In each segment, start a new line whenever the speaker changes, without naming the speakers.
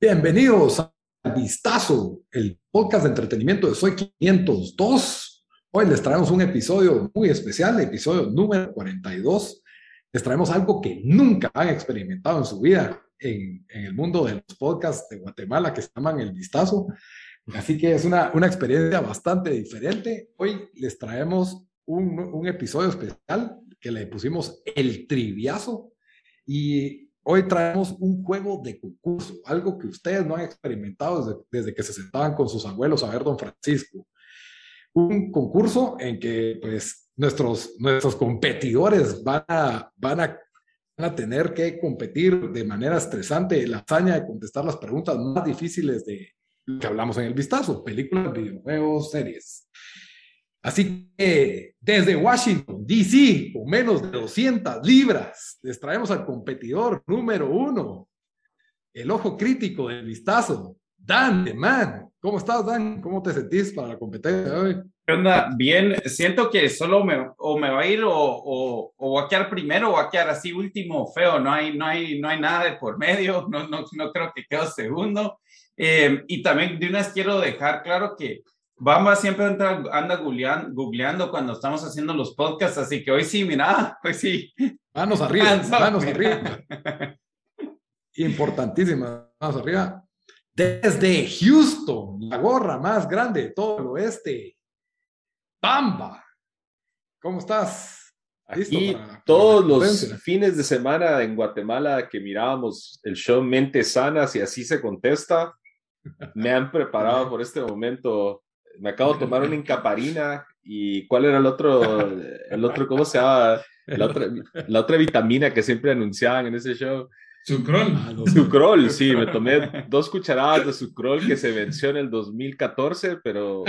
Bienvenidos a Vistazo, el podcast de entretenimiento de Soy 502. Hoy les traemos un episodio muy especial, episodio número 42. Les traemos algo que nunca han experimentado en su vida en, en el mundo de los podcasts de Guatemala que se llaman El Vistazo. Así que es una, una experiencia bastante diferente. Hoy les traemos un, un episodio especial que le pusimos El Triviazo. Y Hoy traemos un juego de concurso, algo que ustedes no han experimentado desde, desde, que se sentaban con sus abuelos a ver Don Francisco. Un concurso en que pues, nuestros, nuestros competidores van a, van, a, van a tener que competir de manera estresante la hazaña de contestar las preguntas más difíciles de lo que hablamos en el vistazo, películas, videojuegos, series. Así que desde Washington, D.C., con menos de 200 libras, les traemos al competidor número uno, el ojo crítico del vistazo, Dan de Man. ¿Cómo estás, Dan? ¿Cómo te sentís para la competencia de hoy?
¿Qué onda? Bien, siento que solo me, o me va a ir o, o, o va a quedar primero o va a quedar así último, feo. No hay, no hay, no hay nada de por medio, no, no, no creo que quedo segundo. Eh, y también de unas quiero dejar claro que Bamba siempre entra, anda googleando, googleando, cuando estamos haciendo los podcasts, así que hoy sí, mira, hoy sí.
Manos arriba, Manso, manos mira. arriba. Importantísima, manos arriba. Desde Houston, la gorra más grande de todo el oeste, Bamba. ¿Cómo estás?
¿Listo Aquí, para, para todos los fines de semana en Guatemala que mirábamos el show Mentes Sanas y así se contesta, me han preparado por este momento me acabo de tomar una incaparina y cuál era el otro, el otro, ¿cómo se llama? La otra, la otra vitamina que siempre anunciaban en ese show.
Sucrol.
Sucrol, sí, me tomé dos cucharadas de sucrol que se venció en el 2014, pero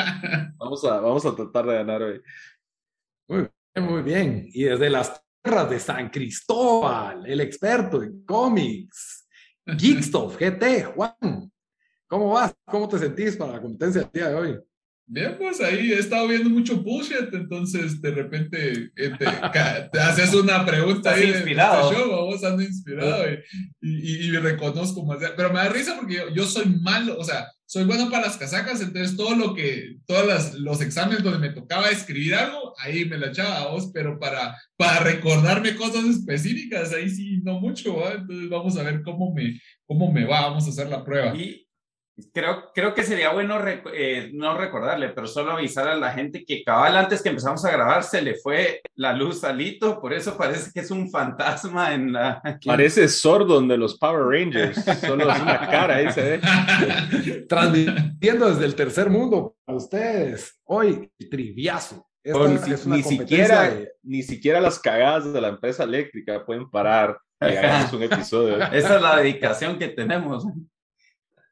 vamos a, vamos a tratar de ganar hoy.
Muy bien, muy bien. Y desde las tierras de San Cristóbal, el experto en cómics, Geekstop GT, Juan, ¿cómo vas? ¿Cómo te sentís para la competencia del día de hoy?
Bien, pues ahí he estado viendo mucho bullshit, entonces de repente eh, te, te, haces una pregunta
ahí. inspirado. Ah.
De, de show, vamos, ando inspirado y, y, y reconozco más. Pero me da risa porque yo, yo, soy malo, o sea, soy bueno para las casacas, entonces todo lo que, todos los exámenes donde me tocaba escribir algo, ahí me la echaba a vos, pero para, para recordarme cosas específicas, ahí sí no mucho, ¿eh? entonces vamos a ver cómo me, cómo me va, vamos a hacer la prueba.
Y, Creo, creo que sería bueno rec eh, no recordarle, pero solo avisar a la gente que cabal antes que empezamos a grabar se le fue la luz a Lito, por eso parece que es un fantasma en la...
Parece Sordon de los Power Rangers, solo es una cara ¿eh? ahí se
ve. Transmitiendo desde el tercer mundo a ustedes, hoy triviazo.
Esta es una ni, siquiera, de... ni siquiera las cagadas de la empresa eléctrica pueden parar. Hagamos un episodio.
Esa es la dedicación que tenemos.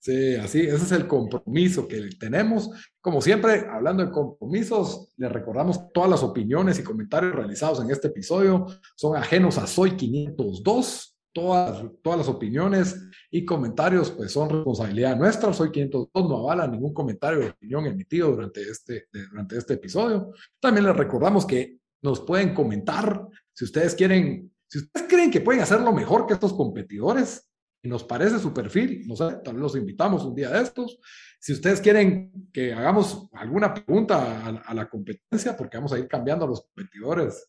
Sí, así, ese es el compromiso que tenemos. Como siempre, hablando de compromisos, les recordamos todas las opiniones y comentarios realizados en este episodio son ajenos a Soy 502. Todas, todas las opiniones y comentarios pues son responsabilidad nuestra. Soy 502 no avala ningún comentario o opinión emitido durante este, durante este episodio. También les recordamos que nos pueden comentar si ustedes quieren, si ustedes creen que pueden hacerlo mejor que estos competidores, y nos parece su perfil, no sé, tal vez los invitamos un día de estos. Si ustedes quieren que hagamos alguna pregunta a, a la competencia, porque vamos a ir cambiando a los competidores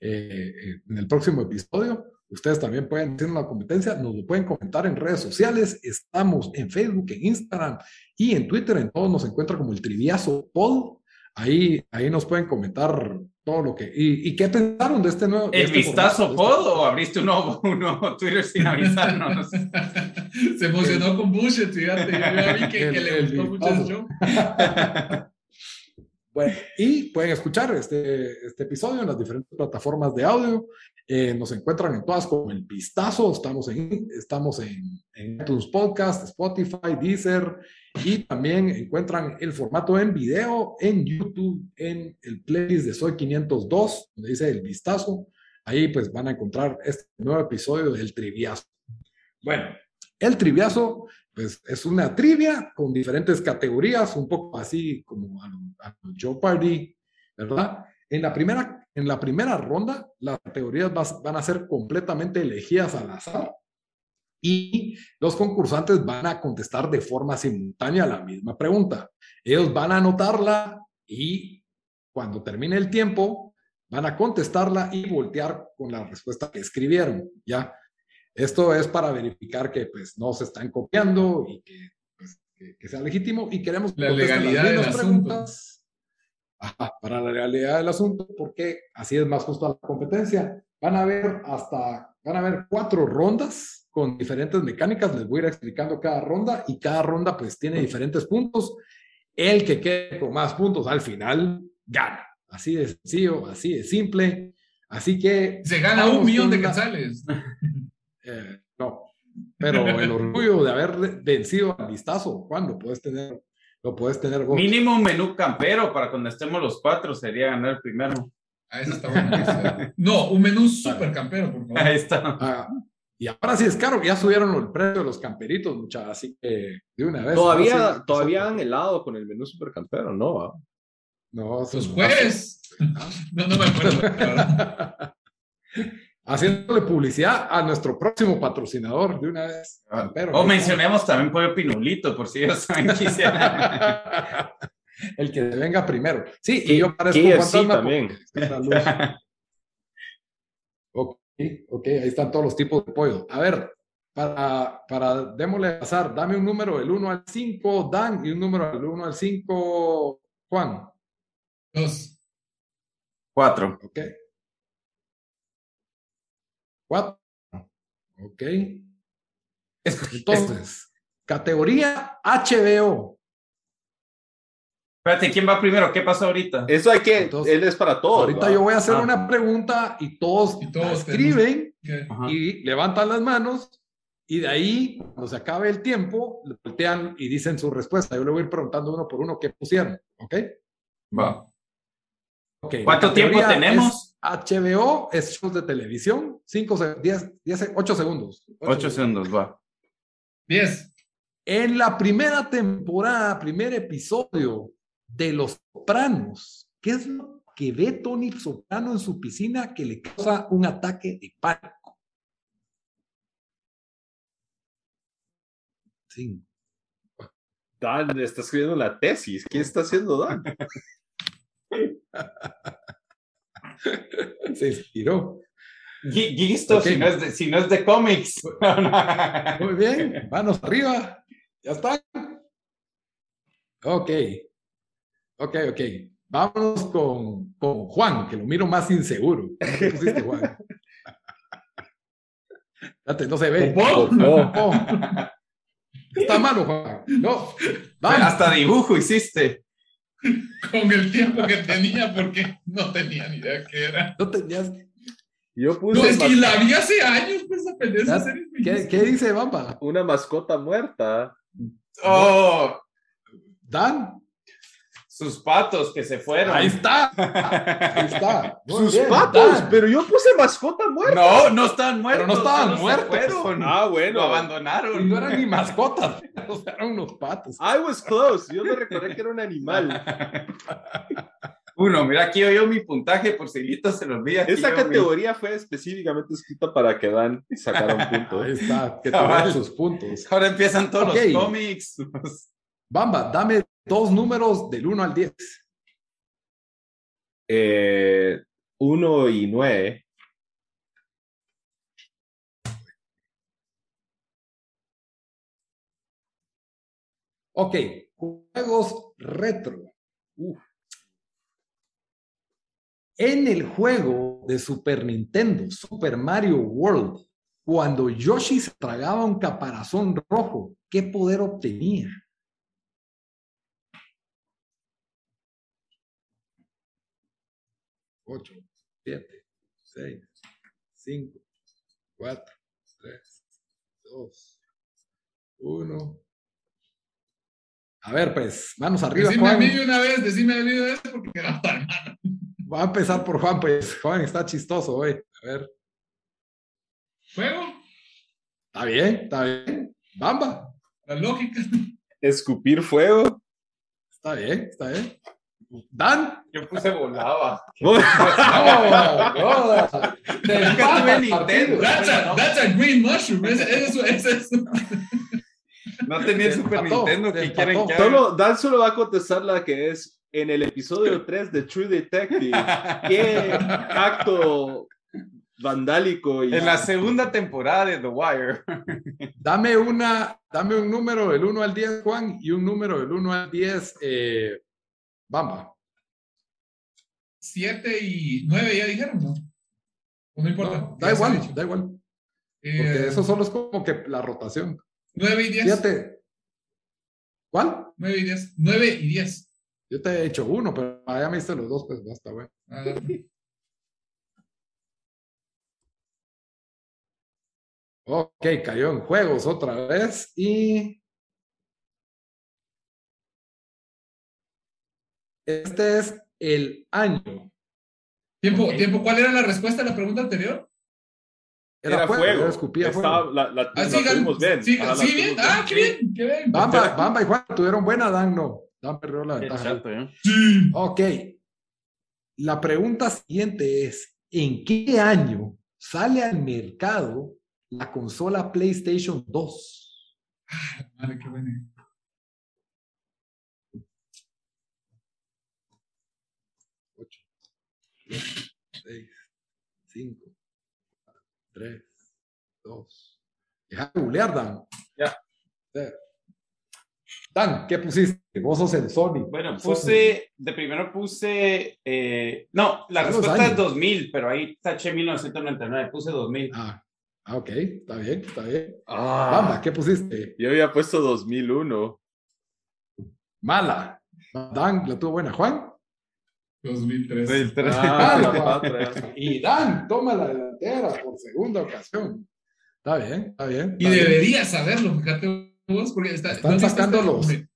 eh, en el próximo episodio, ustedes también pueden tener la competencia, nos lo pueden comentar en redes sociales, estamos en Facebook, en Instagram y en Twitter, en todos nos encuentra como el Triviazo Pod. Ahí, ahí nos pueden comentar todo lo que. ¿Y, y qué pensaron de este nuevo?
¿El
este
vistazo formato, pod este... o abriste un nuevo, un nuevo, Twitter sin avisarnos?
Se emocionó el, con Bush, fíjate. Yo vi que, el, que le gustó mucho el show.
Bueno, y pueden escuchar este, este episodio en las diferentes plataformas de audio. Eh, nos encuentran en todas con el vistazo. Estamos en, estamos en, en iTunes Podcast, Spotify, Deezer y también encuentran el formato en video en YouTube en el playlist de Soy 502, donde dice el vistazo. Ahí pues van a encontrar este nuevo episodio del Triviazo. Bueno, el Triviazo pues es una trivia con diferentes categorías, un poco así como a, a Joe Party, ¿verdad? En la primera, en la primera ronda, las categorías vas, van a ser completamente elegidas al azar y los concursantes van a contestar de forma simultánea la misma pregunta. Ellos van a anotarla y cuando termine el tiempo van a contestarla y voltear con la respuesta que escribieron, ¿ya? Esto es para verificar que pues no se están copiando y que, pues, que, que sea legítimo y queremos
la legalidad las del
preguntas. Ajá, para la legalidad del asunto porque así es más justa la competencia. Van a haber hasta, van a haber cuatro rondas con diferentes mecánicas, les voy a ir explicando cada ronda y cada ronda pues tiene diferentes puntos. El que quede con más puntos al final gana. Así de sencillo, así de simple. Así que...
Se gana un millón de quetzales.
Eh, no. Pero el orgullo de haber vencido al vistazo, Juan, lo puedes tener, lo puedes tener vos.
Mínimo un menú campero para cuando estemos los cuatro sería ganar el primero.
Ah, eso está bueno. no, un menú super campero, por favor.
Ahí está.
Ah, y ahora sí es caro, ya subieron el precio de los camperitos, muchachos, así que de una vez.
Todavía,
ahora sí,
todavía han helado con el menú supercampero, ¿no? va?
No,
Los
sí,
jueves. No, no me acuerdo. la verdad.
haciéndole publicidad a nuestro próximo patrocinador de una vez. Pero,
O mencionemos también Pollo Pinulito, por si ellos saben que hicieron.
El que venga primero. Sí,
K-
y yo parezco un
KFC
fantasma
también.
porque está la luz. ok, ok, ahí están todos los tipos de pollo. A ver, para, para démosle pasar, dame un número del 1 al 5, Dan, y un número del 1 al 5, Juan.
Dos.
Cuatro.
Ok. Cuatro. Ok.
Este.
Entonces, categoría HBO.
Espérate, ¿quién va primero? ¿Qué pasó ahorita?
Eso hay que,
Entonces,
él es para todos.
Ahorita
¿va?
yo voy a hacer
Ah.
una pregunta y todos,
Oh, Y
la
todos tenemos-
escriben
¿Qué?
Ajá.
y levantan las manos y de ahí, cuando se acabe el tiempo, le voltean y dicen su respuesta. Yo le voy a ir preguntando uno por uno qué pusieron, ¿ok?
Va.
Ok, la
¿Cuánto tiempo
categoría
tenemos?
es HBO es shows de televisión, 5, 10, 10, 8 segundos. Ocho
Ocho segundos, va.
Diez.
En la primera temporada, primer episodio de Los Sopranos, ¿qué es lo que ve Tony Soprano en su piscina que le causa un ataque de pánico? Sí.
Dan está escribiendo la tesis. ¿Qué está haciendo Dan?
Se inspiró.
Gui- Guisto,
Ok.
si, no es de, si no es de cómics.
Muy bien, manos arriba. Ya está. Ok. Ok, ok. Vámonos con, con Juan, que lo miro más inseguro. ¿Qué pusiste, Juan? Espérate, no se ve.
Popó.
No.
Oh. Está malo, Juan. No. Vamos.
Hasta dibujo hiciste.
Con el tiempo que tenía, porque no tenía ni idea qué era.
No tenías-
Yo puse
No, es que
mas-
la vi hace años, pues esa pendeja. esa serie es
¿Qué, qué dice Bamba?
una mascota muerta.
Oh,
Dan.
sus patos que se fueron.
Ahí está. Ahí está. Muy
Sus
bien,
patos,
Dan.
pero yo puse mascota muerta.
No, no estaban muertos.
Pero no estaban
solo se
muertos.
fueron.
Ah,
Lo
bueno.
Y no
abandonaron.
eran ni mascotas, o sea, eran unos patos.
I was close. Yo me recordé que era un animal.
Uno, mira, aquí yo mi puntaje por si Lito se lo olvida. aquí
Esa
yo mi-
categoría fue específicamente escrita para que Dan sacara un punto.
Ahí está, que te
Cabal.
dan sus puntos.
Ahora empiezan todos
Ok.
los cómics. los-
Bamba, dame dos números del 1 al 10.
Eh, uno y nueve.
Ok, juegos retro. Uf. En el juego de Super Nintendo, Super Mario World, cuando Yoshi se tragaba un caparazón rojo, ¿qué poder obtenía? 8, 7, 6, 5, 4, 3, 2, 1. A ver, pues, manos arriba.
Decime
Juan.
a mí una vez, decime a mí una vez porque era para nada.
Va a empezar por Juan, pues. Juan está chistoso hoy. A ver.
Juego,
Está bien, está bien. Bamba.
la lógica.
Escupir fuego.
Está bien, está bien. Dan.
Yo puse volaba.
¡Vamos! ¡Vamos!
Nunca tuve Nintendo.
That's a, that's a green mushroom. Ese, ese, ese, ese.
No tenía
Del
el Super
pató,
Nintendo.
del
¿Qué quieren
pató.
que haga?
Solo, Dan solo va a contestar la que es en el episodio 3 de True Detective. ¿Qué acto vandálico y
En la segunda temporada de The Wire.
Dame una, dame un número del 1 al 10, Juan, y un número del 1 al 10, eh, Bamba.
Siete y nueve ya dijeron, ¿no? Pues No importa.
No,
Ya
da
se
igual,
ha dicho.
da igual.
Eh,
Porque eso solo es como que la rotación.
Nueve y diez.
Fíjate. ¿Cuál?
Nueve y diez. Nueve y diez.
Yo te he hecho uno, pero ah, ya me hice los dos, pues basta, güey.
A ver.
Ok, cayó en juegos otra vez y. Este es el año.
¿Tiempo,
Ok.
tiempo, ¿cuál era la respuesta a la pregunta anterior?
era, fuego.
yo escupía
Estaba-
fuego.
La, la-
Ah,
la
sí, gan-
tuvimos bien.
Sí,
Ajá, la
sí, bien.
tuvimos
Ah, qué bien, qué bien.
Bamba, Bamba y Juan tuvieron buena, Dan no. Dan perdió la ventaja.
Sí.
Ok. La pregunta siguiente es, ¿en qué año sale al mercado la consola PlayStation 2?
Madre, qué bueno.
Seis, cinco, tres, dos. Deja de googlear, Dan.
Ya.
Eh. Dan, ¿qué pusiste? Vos sos el Sony.
Bueno,
El Sony.
puse, de primero puse, eh, no, la
Son los
respuesta es
años.
2000, pero ahí taché 1999, puse 2000.
Ah, ah, ok, está bien, está bien.
Ah,
Bamba, ¿qué pusiste?
yo había puesto 2001.
Mala. Dan, la tuvo buena. Juan.
2003.
El tres.
Ah,
la
la
patria.
patria.
Y Dan toma la delantera por segunda ocasión. Está bien, está bien.
Y
está bien.
deberías saberlo, fíjate vos, porque está,
Están
viste
sacando
este
los-
document-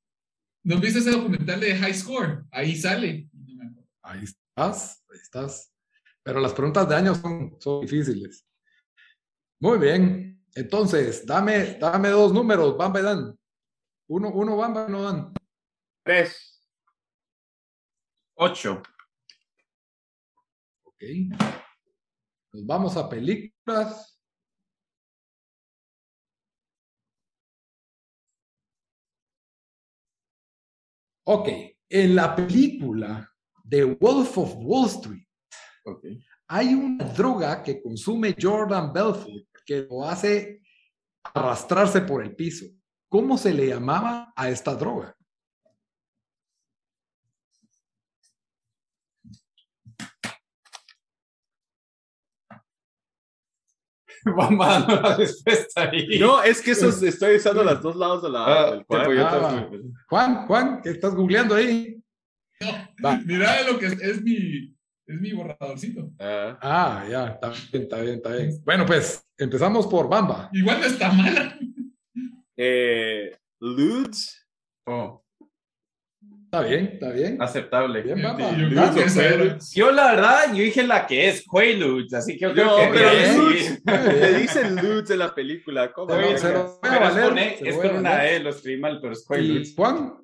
¿No viste ese documental de High Score? Ahí sale. No me acuerdo.
Ahí estás, ahí estás. Pero las preguntas de año son, son difíciles. Muy bien. Entonces, dame, dame dos números, Bamba y Dan. Uno, uno Bamba, no Dan.
Tres.
8.
Ok. Nos vamos a películas. Ok. En la película de Wolf of Wall Street, hay una droga que consume Jordan Belfort que lo hace arrastrarse por el piso. ¿Cómo se le llamaba a esta droga?
Vamos dando la respuesta ahí.
No, es que eso es- estoy usando los dos lados de la.
Ah,
del
tipo,
cuadro.
yo
Ah,
también.
Juan, Juan, ¿qué estás googleando ahí? Va.
Mirá lo que es, es mi, es mi borradorcito.
Ah.
Ah, ya, está bien, está bien, está bien. Bueno, pues empezamos por Bamba.
Igual no está mala.
Eh, Ludes.
Oh,
Está bien, está bien.
aceptable.
Bien, Bamba.
Ah, Yo creo que esa era.
Yo la verdad, yo dije la que es Quaaludes, así que yo creo
No,
que
pero
bien,
Ludes.
sí.
Le dicen Ludes en la película. ¿Cómo
Está bien,
no?
se lo voy a
Pero es
valer,
con, E,
se lo
es
voy a
con una
valer.
E, lo streaman, pero es
¿Y
Quaaludes.
Juan?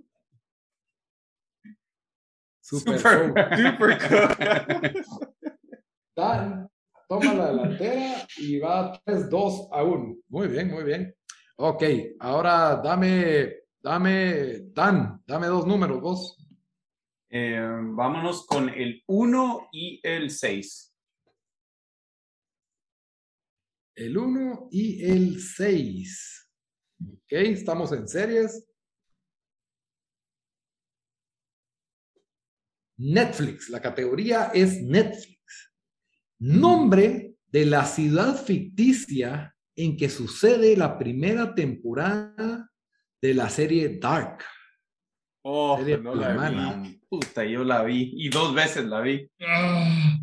Super.
Super.
Bowl.
Super cool.
Dan toma la delantera y va 3-2 a 1. Muy bien, muy bien. Ok, ahora dame, dame, Dan, dame dos números, vos.
Eh, vámonos con el 1 y el 6.
El 1 y el 6. Ok, estamos en series. Netflix, la categoría es Netflix. Nombre de la ciudad ficticia en que sucede la primera temporada de la serie Dark.
Oh,
Serie
no la
alemana.
vi.
Ah.
Puta, yo la vi y dos veces la vi.
Ah,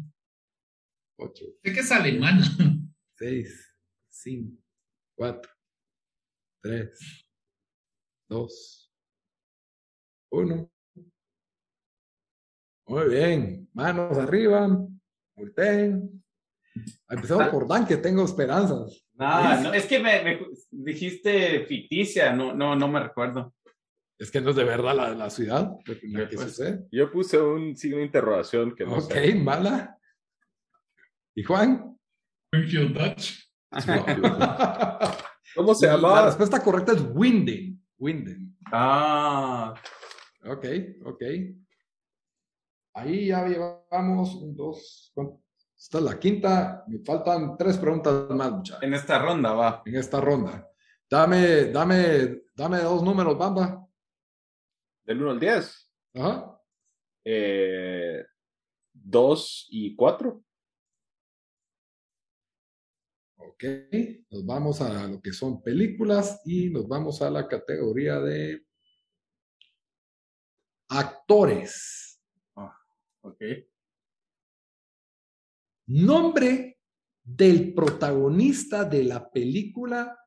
8,
Sé que es alemana.
6, 5, 4, 3, 2, 1. Muy bien, manos arriba, volteen. Empezamos por Dan, que tengo esperanzas.
Nada, no, es que me, me dijiste ficticia, no, no, no me recuerdo.
Es que no es de verdad la, la ciudad, lo que, lo que
Pues,
sucede.
Yo puse un signo de interrogación que no
Ok,
sé.
mala. ¿Y Juan?
Springfield Dutch.
¿Cómo se
La
llamaba?
respuesta correcta es Winden. Winden.
Ah,
Ok, ok. Ahí ya llevamos un, dos, ¿cuánto? Esta es la quinta. Me faltan tres preguntas más, muchachos,
en esta ronda va.
en esta ronda. Dame, dame, dame dos números, Bamba.
Del 1 al 10.
Ajá.
2 y 4.
Ok. Nos vamos a lo que son películas y nos vamos a la categoría de actores.
Ok.
Nombre del protagonista de la película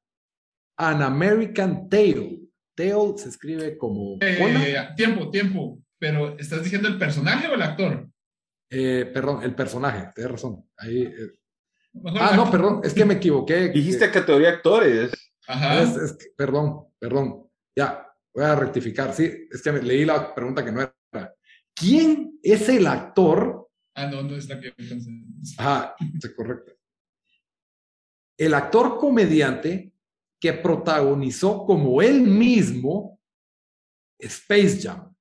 An American Tale. Tale se escribe como
Eh,
cola.
tiempo, tiempo. Pero, ¿estás diciendo el personaje o el actor?
Eh, perdón, el personaje, tienes razón. Ahí, eh.
Mejor
Ah,
el
no,
actor.
perdón, es que me equivoqué. Ah,
Dijiste categoría actores.
Ajá.
Es- es que- perdón, perdón. Ya, voy a rectificar. Sí, es que me- leí la pregunta que no era. ¿Quién es el actor
Ah, no, no es la que pensé.
Ajá, sí, correcto. El actor comediante que protagonizó como él mismo Space Jam.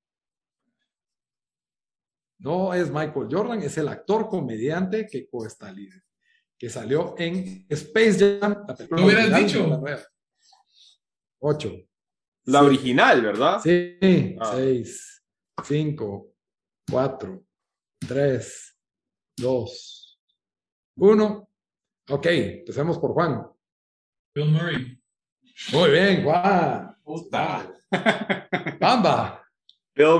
No es Michael Jordan, es el actor comediante que coestaliza, que salió en Space Jam. la película
Lo hubieras
original
dicho.
de la nueva. Ocho.
La
Sí.
original, ¿verdad?
Sí,
Ah.
6, 5, 4, 3, 2, 1. Ok, empecemos por Juan.
Bill Murray.
Muy bien, Juan.
Puta.
Bamba,
Bill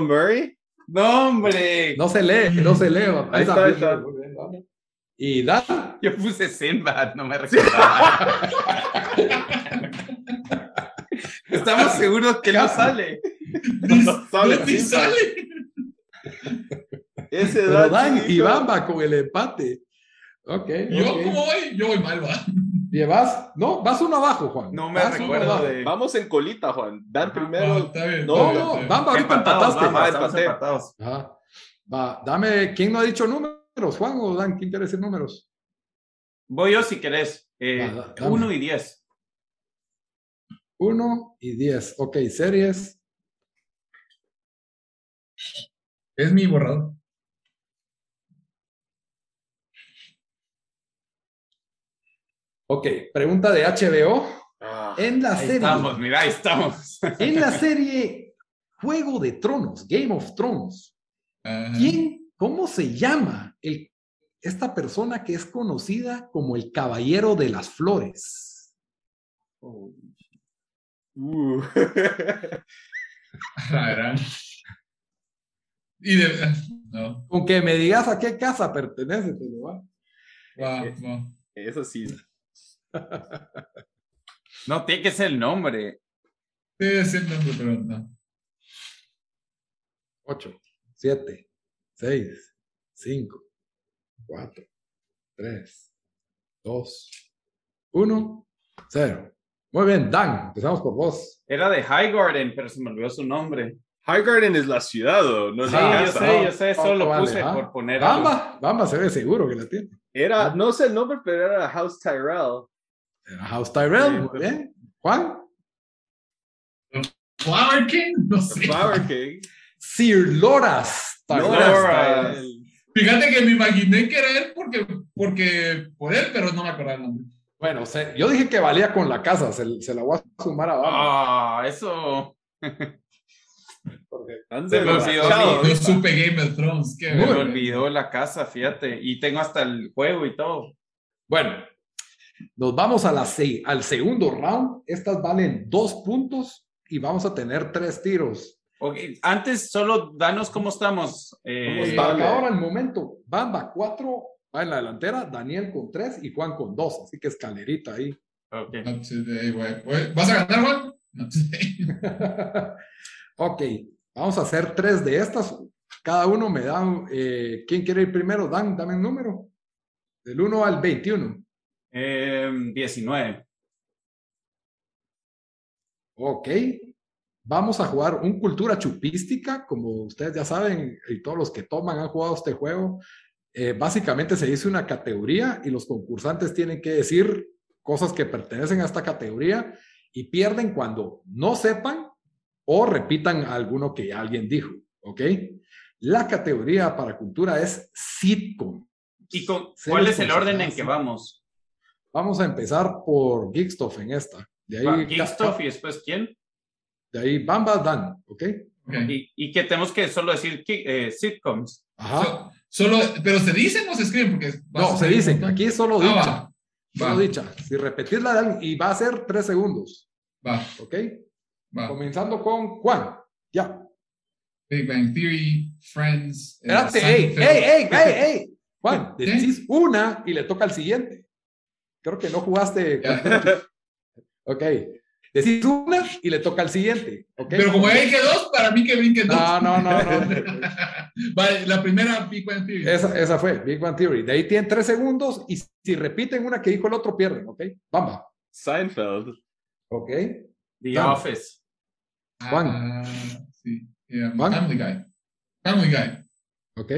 Murray.
No, hombre.
no se lee, no se lee. papá.
Ahí está, ahí
Esa-
está.
Muy bien, Bamba. Y Dan,
Yo puse Sinbad, no me recordaba. Estamos seguros que no sale.
No, no sale,
No, sí
sí,
sale.
Ese
pero Dan y
chiquito.
Bamba con el empate. Ok.
Yo,
ok.
¿cómo voy? Yo voy mal, va.
Llevas, no, vas uno abajo, Juan.
Ah, No me
Vas uno
recuerdo
abajo.
de.
Vamos en colita, Juan. Dan
Ajá.
Ah,
primero.
está bien.
No,
No,
está
no,
bien.
Bamba, ahorita empataste.
vamos, estamos
Empataste.
empatados.
Ajá. Ah, Va, dame, ¿quién no ha dicho números? Juan o Dan, ¿quién quiere decir números?
Voy yo si querés. Eh,
Va, da- dame.
uno y diez.
1 y 10. Ok, series.
Es mi borrador.
Ok, pregunta de HBO.
Ah,
En la
Ahí
serie,
estamos, mira, ahí estamos.
en la serie Juego de Tronos, Game of Thrones,
Mm.
Ajá.
¿quién, cómo se llama el, esta persona que es conocida como el Caballero de las Flores?
uh.
A la gran. Ah, Y de. ah, No.
Con que me digas a qué casa pertenece, pues, te lo va. Eh,
Va, va.
Eso sí.
No tiene que ser el nombre.
Debe ser nombre, pero no.
8, 7, 6, 5, 4, 3, 2, 1, 0. Muy bien, Dan, empezamos por vos.
Era de High Garden, pero se me olvidó su nombre.
High Garden es la ciudad, ¿o? no es
Sí,
la
Ah,
yo
casa.
sé, yo sé, solo lo
Vale,
puse
ah.
por poner. algo.
Bamba, Bamba se ve seguro que la tiene.
Era, no sé el nombre, pero era House Tyrell.
Era House Tyrell,
Sí.
muy bien. Juan,
Flower King, no sé.
Flower King. uh,
Sir Loras Tyrell.
Loras.
Fíjate que me imaginé que era él porque, porque por él, pero no me acordaba el nombre.
Bueno, se- yo dije que valía con la casa, se, se la voy a sumar a Bamba.
Ah, eso.
porque-
Ande
Se me olvidó.
borrachado.
Yo supe Game of Thrones, qué
Se me
verga.
olvidó la casa, fíjate. Y tengo hasta el juego y todo.
Bueno, nos vamos a la se- al segundo round. Estas valen dos puntos y vamos a tener tres tiros.
Ok, Antes, solo danos cómo estamos. eh,
Como el
vale.
marcador al momento, Bamba 4, Va en la delantera, Daniel con tres y Juan con dos, así que escalerita ahí.
Ok.
No today, güey. Güey, ¿Vas a ganar, Juan? No today.
ok, vamos a hacer tres de estas. Cada uno me da, un- eh, ¿quién quiere ir primero? Dan, dame un número. Del 1 al 21.
Em, 19.
Ok. Vamos a jugar un cultura chupística, como ustedes ya saben, y todos los que toman han jugado este juego. Eh, básicamente se dice una categoría y los concursantes tienen que decir cosas que pertenecen a esta categoría y pierden cuando no sepan o repitan alguno que alguien dijo. ¿Ok? La categoría para cultura es sitcom.
¿Y con,
Sí,
cuál
los
es el orden en
concursantes.
que vamos?
Vamos a empezar por Geekstuff en esta. De
Va,
ahí,
Geekstuff y después quién?
de ahí Bamba Dan, ¿ok?
Ok.
Y, y que tenemos que solo decir ki- eh, sitcoms.
Ajá.
So- solo, pero se dicen o se escriben porque
No, se dicen, aquí es solo
Ah,
dicha,
va,
solo
va.
dicha. Si repetirla de alguien, y va a ser tres segundos,
va,
¿ok?
va.
Comenzando con Juan, ya.
Big Bang Theory, Friends. eh,
Espérate, ey,
Seinfeld.
ey, ey, ey, ey. Juan,
¿Qué?
decís una y le toca al siguiente. Creo que no jugaste.
Ya.
Ok. Decís una y le toca al siguiente, ¿ok?
Pero como hay que dos, para mí que brinquen dos.
No, no, Ah, no, no.
Vale, la primera Big Bang Theory.
Esa, esa fue, Big Bang Theory. De ahí tienen tres segundos y si repiten una que dijo el otro, pierden, ¿ok? Bamba.
Seinfeld.
Ok.
The
Claro.
Office.
Juan.
Ah, sí. Yeah,
Juan.
Family Guy. Family Guy.
Ok.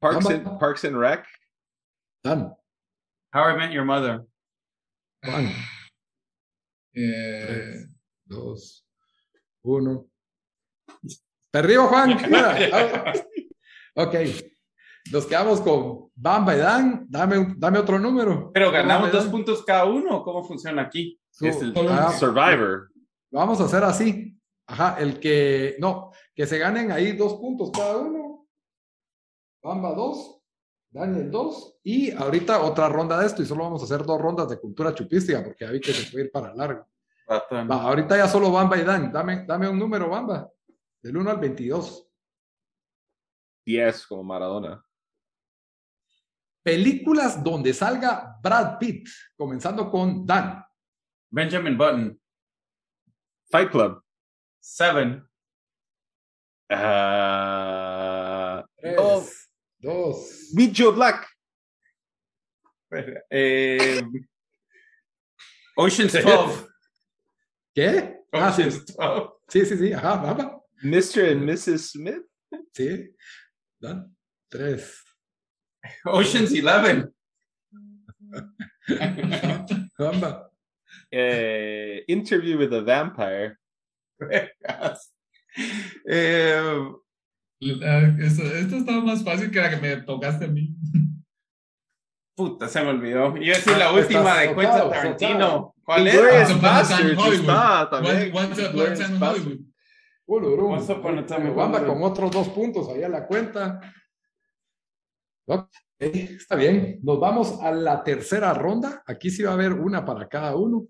Parks,
Vamos.
and, Parks and Rec.
Dan.
How I Met Your Mother.
Juan.
Eh,
Tres, dos, uno. Te arriba, Juan. Espera. ok. Nos quedamos con Bamba y Dan. Dame, un- dame otro número.
Pero
Bamba
ganamos
y
dos
Dan.
puntos cada uno. ¿Cómo funciona aquí?
Su-
Es el-
Ah,
Survivor.
vamos a hacer así. Ajá, el que. No, que se ganen ahí dos puntos cada uno. Bamba dos. Daniel dos. Y ahorita otra ronda de esto. Y solo vamos a hacer dos rondas de cultura chupística porque ya vi que se puede ir para largo.
Ratón.
Va, ahorita ya solo Bamba y Dan. Dame, dame un número, Bamba. Del 1 al 22.
10 como Maradona.
Películas donde salga Brad Pitt, comenzando con Dan.
Benjamin Button.
Fight Club.
Seven.
Ah,
Tres,
Oh.
dos.
Meet Joe Black.
Eh, Ocean's
Sí.
12.
¿Qué?
Oh,
Ah, sí,
Ocean's 12.
sí, sí, sí. Ajá, Bamba.
Mr. and Mrs. Smith.
Sí. Dan. Tres.
Ocean's 11.
Bamba.
Eh, interview with a Vampire.
Eh,
ah, eso- esto estaba más fácil que la que me tocaste a mí.
puta, se me olvidó. Iba a decir la
Ah,
última
estás
de Quentin
socado,
Tarantino.
socado.
¿Cuál
Glorious
Ah,
es?
Once upon a time
Bastards
Hollywood.
está
Once
también.
once upon a
Glorious
time in
Bastards.
Hollywood.
Ulurum.
Once upon a time,
Bamba
Bamba.
con otros dos puntos ahí a la cuenta. Ok, Está bien. Nos vamos a la tercera ronda. Aquí sí va a haber una para cada uno.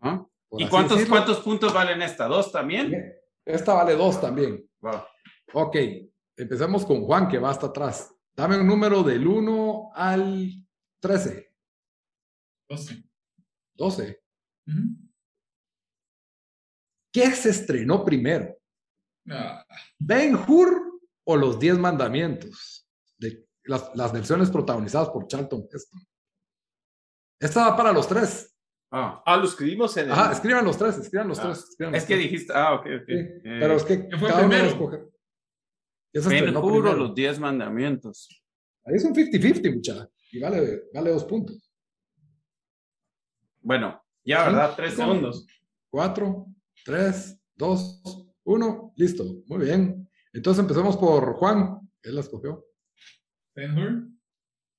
Ajá.
Por
¿Y
así
cuántos,
decirlo.
cuántos puntos valen esta? ¿Dos también?
Esta vale dos también.
Va.
Ok, empezamos con Juan, que va hasta atrás. Dame un número del 1 al 13.
No sé.
12.
Ujú.
¿Qué se estrenó primero?
Ah,
¿Ben Hur o los 10 mandamientos? De las, las versiones protagonizadas por Charlton Heston. Esta va para los tres.
Ah,
Ah, lo escribimos en el.
Ajá, escriban los tres, escriban los
Ah,
tres. escriban los
es que
tres.
dijiste. Ah, ok, ok.
Sí,
Eh,
Pero este es que
¿qué fue
cada uno
primero?
va a escoger. ¿Qué se
Ben
estrenó
Hur o
primero?
los Diez Mandamientos.
Ahí es un 50-50, muchacha. Y vale, vale dos puntos.
Bueno, ya, ¿verdad? Tres segundos.
4, 3, 2, 1. Listo. Muy bien. Entonces empezamos por Juan. Él la escogió.
Ben Hur.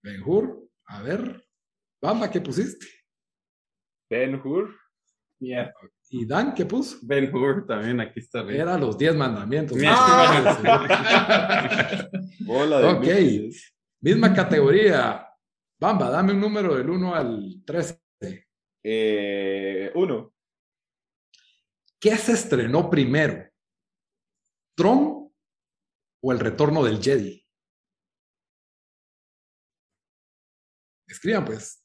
Benjur. A ver. Bamba, ¿qué pusiste?
Ben Hur.
Yeah.
¿Y Dan qué puso?
Ben Hur también aquí está bien.
Era los 10 mandamientos. Ah.
Mira,
Bola de
Ok.
luces.
Misma categoría. Bamba, dame un número del 1 al 13.
Eh, uno.
¿Qué se estrenó primero? ¿Tron o el retorno del Jedi? Escriban, pues.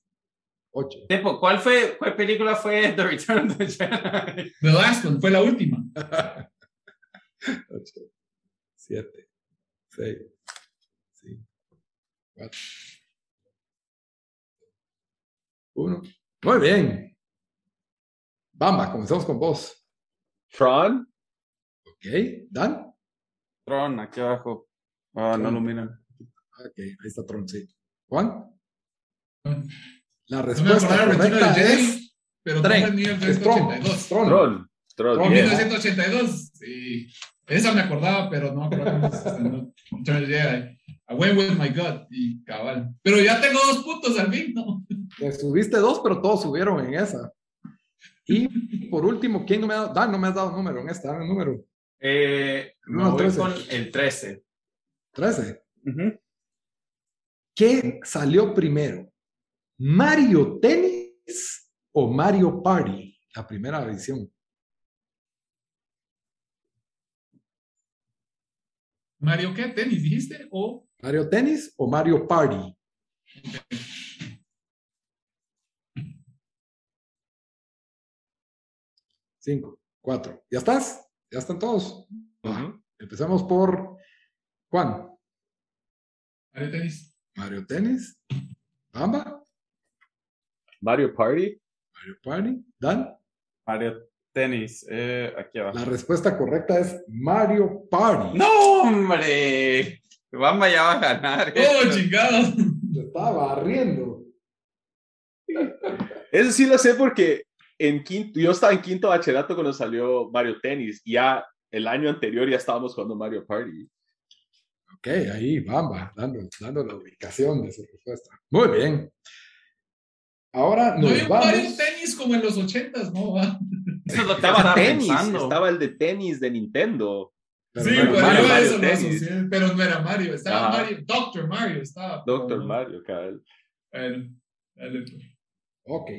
Ocho.
Tepo, ¿cuál fue, cuál película fue The Return of the Jedi?
The Last One fue la última.
Ocho. Siete. Seis. Cinco. Cuatro. Uno. Muy bien. Bamba, comenzamos con vos.
Tron.
Ok, Dan.
Tron, aquí abajo. Ah, no
Tron.
lo miran.
Ok, ahí está Tron, sí. Juan.
No
La
me
respuesta
acordaba de Return of
correcta
the
es
Jedi, pero no
Tren.
fue en
es Tron.
1982.
Tron.
Tron. Tron.
Tron,
bien.
1982, sí. Esa me acordaba, pero no me acordaba cómo se estrenó. Return of the Jedi. I went with my gut y cabal. Pero ya tengo dos puntos al fin, ¿no?
Te subiste dos, pero todos subieron en esa. Y por último, ¿quién no me ha dado? Dan, no me has dado número en esta, dame un número.
Eh, me
No,
voy
13.
con el 13.
13.
Ujú.
¿Qué salió primero? ¿Mario Tennis o Mario Party? La primera edición.
Mario, ¿qué? ¿Tenis dijiste? ¿O
¿Mario Tennis o Mario Party? Cinco, cuatro. ¿Ya estás? ¿Ya están todos?
Ujú.
Empezamos por Juan.
Mario Tenis?
Mario Tennis, Bamba,
Mario Party.
Mario Party, Dan.
Mario Tenis, eh, aquí abajo.
La respuesta correcta es Mario Party.
¡No, hombre! Bamba ya va a ganar. eh.
¡Oh, chingados!
Lo estaba barriendo.
Eso sí lo sé porque en quinto, yo estaba en quinto bachillerato cuando salió Mario Tennis. y Ya el año anterior ya estábamos jugando Mario Party.
Ok, ahí Bamba, dando, dando la ubicación de su respuesta. Muy bien. Ahora
No
nos
había un
vamos.
Mario Tenis como en los 80s, ¿no? va?
Eso es lo que
Estaba
estaba
tenis,
pensando.
estaba el de tenis de Nintendo.
pero no
sí,
era
pero
Mario,
yo
Mario
eso lo
Tennis.
asocié, pero no era Mario, estaba
Ajá.
Mario, Doctor Mario, estaba.
Doctor
Oh,
Mario, cabal.
bueno, dale, pues.
Ok.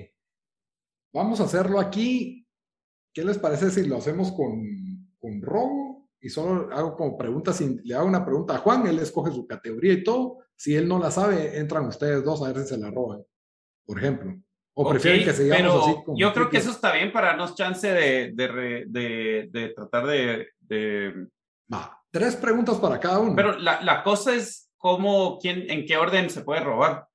Vamos a hacerlo aquí. ¿Qué les parece si lo hacemos con, con robo? Y solo hago como preguntas, sin- le hago una pregunta a Juan, él escoge su categoría y todo. Si él no la sabe, entran ustedes dos a ver si se la roban, por ejemplo. O
Ok,
prefieren que sigamos
pero
así. con
Yo creo que eso
triple
está bien para darnos chance de, de, re- de- de tratar de. de-
Va, tres preguntas para cada uno.
Pero la, la cosa es cómo, quién, en qué orden se puede robar.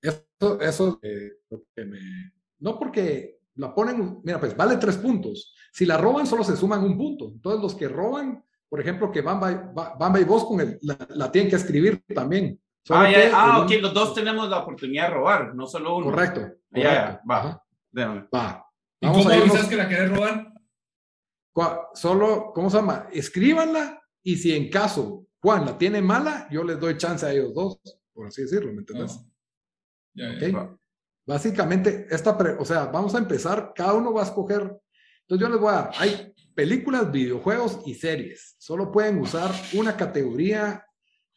Eso, eso, eh, lo que me- no porque la ponen, mira, pues vale tres puntos. Si la roban, solo se suman un punto. Entonces, los que roban, por ejemplo, que Bamba, y- Ba- Bamba y vos con el, la, la tienen que escribir también. Solo
Ah, ya,
que
ah,
el
ok,
un-
los dos tenemos la oportunidad de robar, no solo uno.
Correcto.
Ya, ya,
correcto.
va.
Ajá,
Déjame.
va.
¿Y
Vamos
cómo
a irnos
avisas que la querés robar?
cua- solo, ¿cómo se llama? Escríbanla y si en caso Juan la tiene mala, yo les doy chance a ellos dos, por así decirlo, ¿me entendés?
No. Ya, ya.
¿ok? Básicamente, esta, pre- o sea, vamos a empezar, cada uno va a escoger, entonces yo les voy a dar, hay películas, videojuegos y series, solo pueden usar una categoría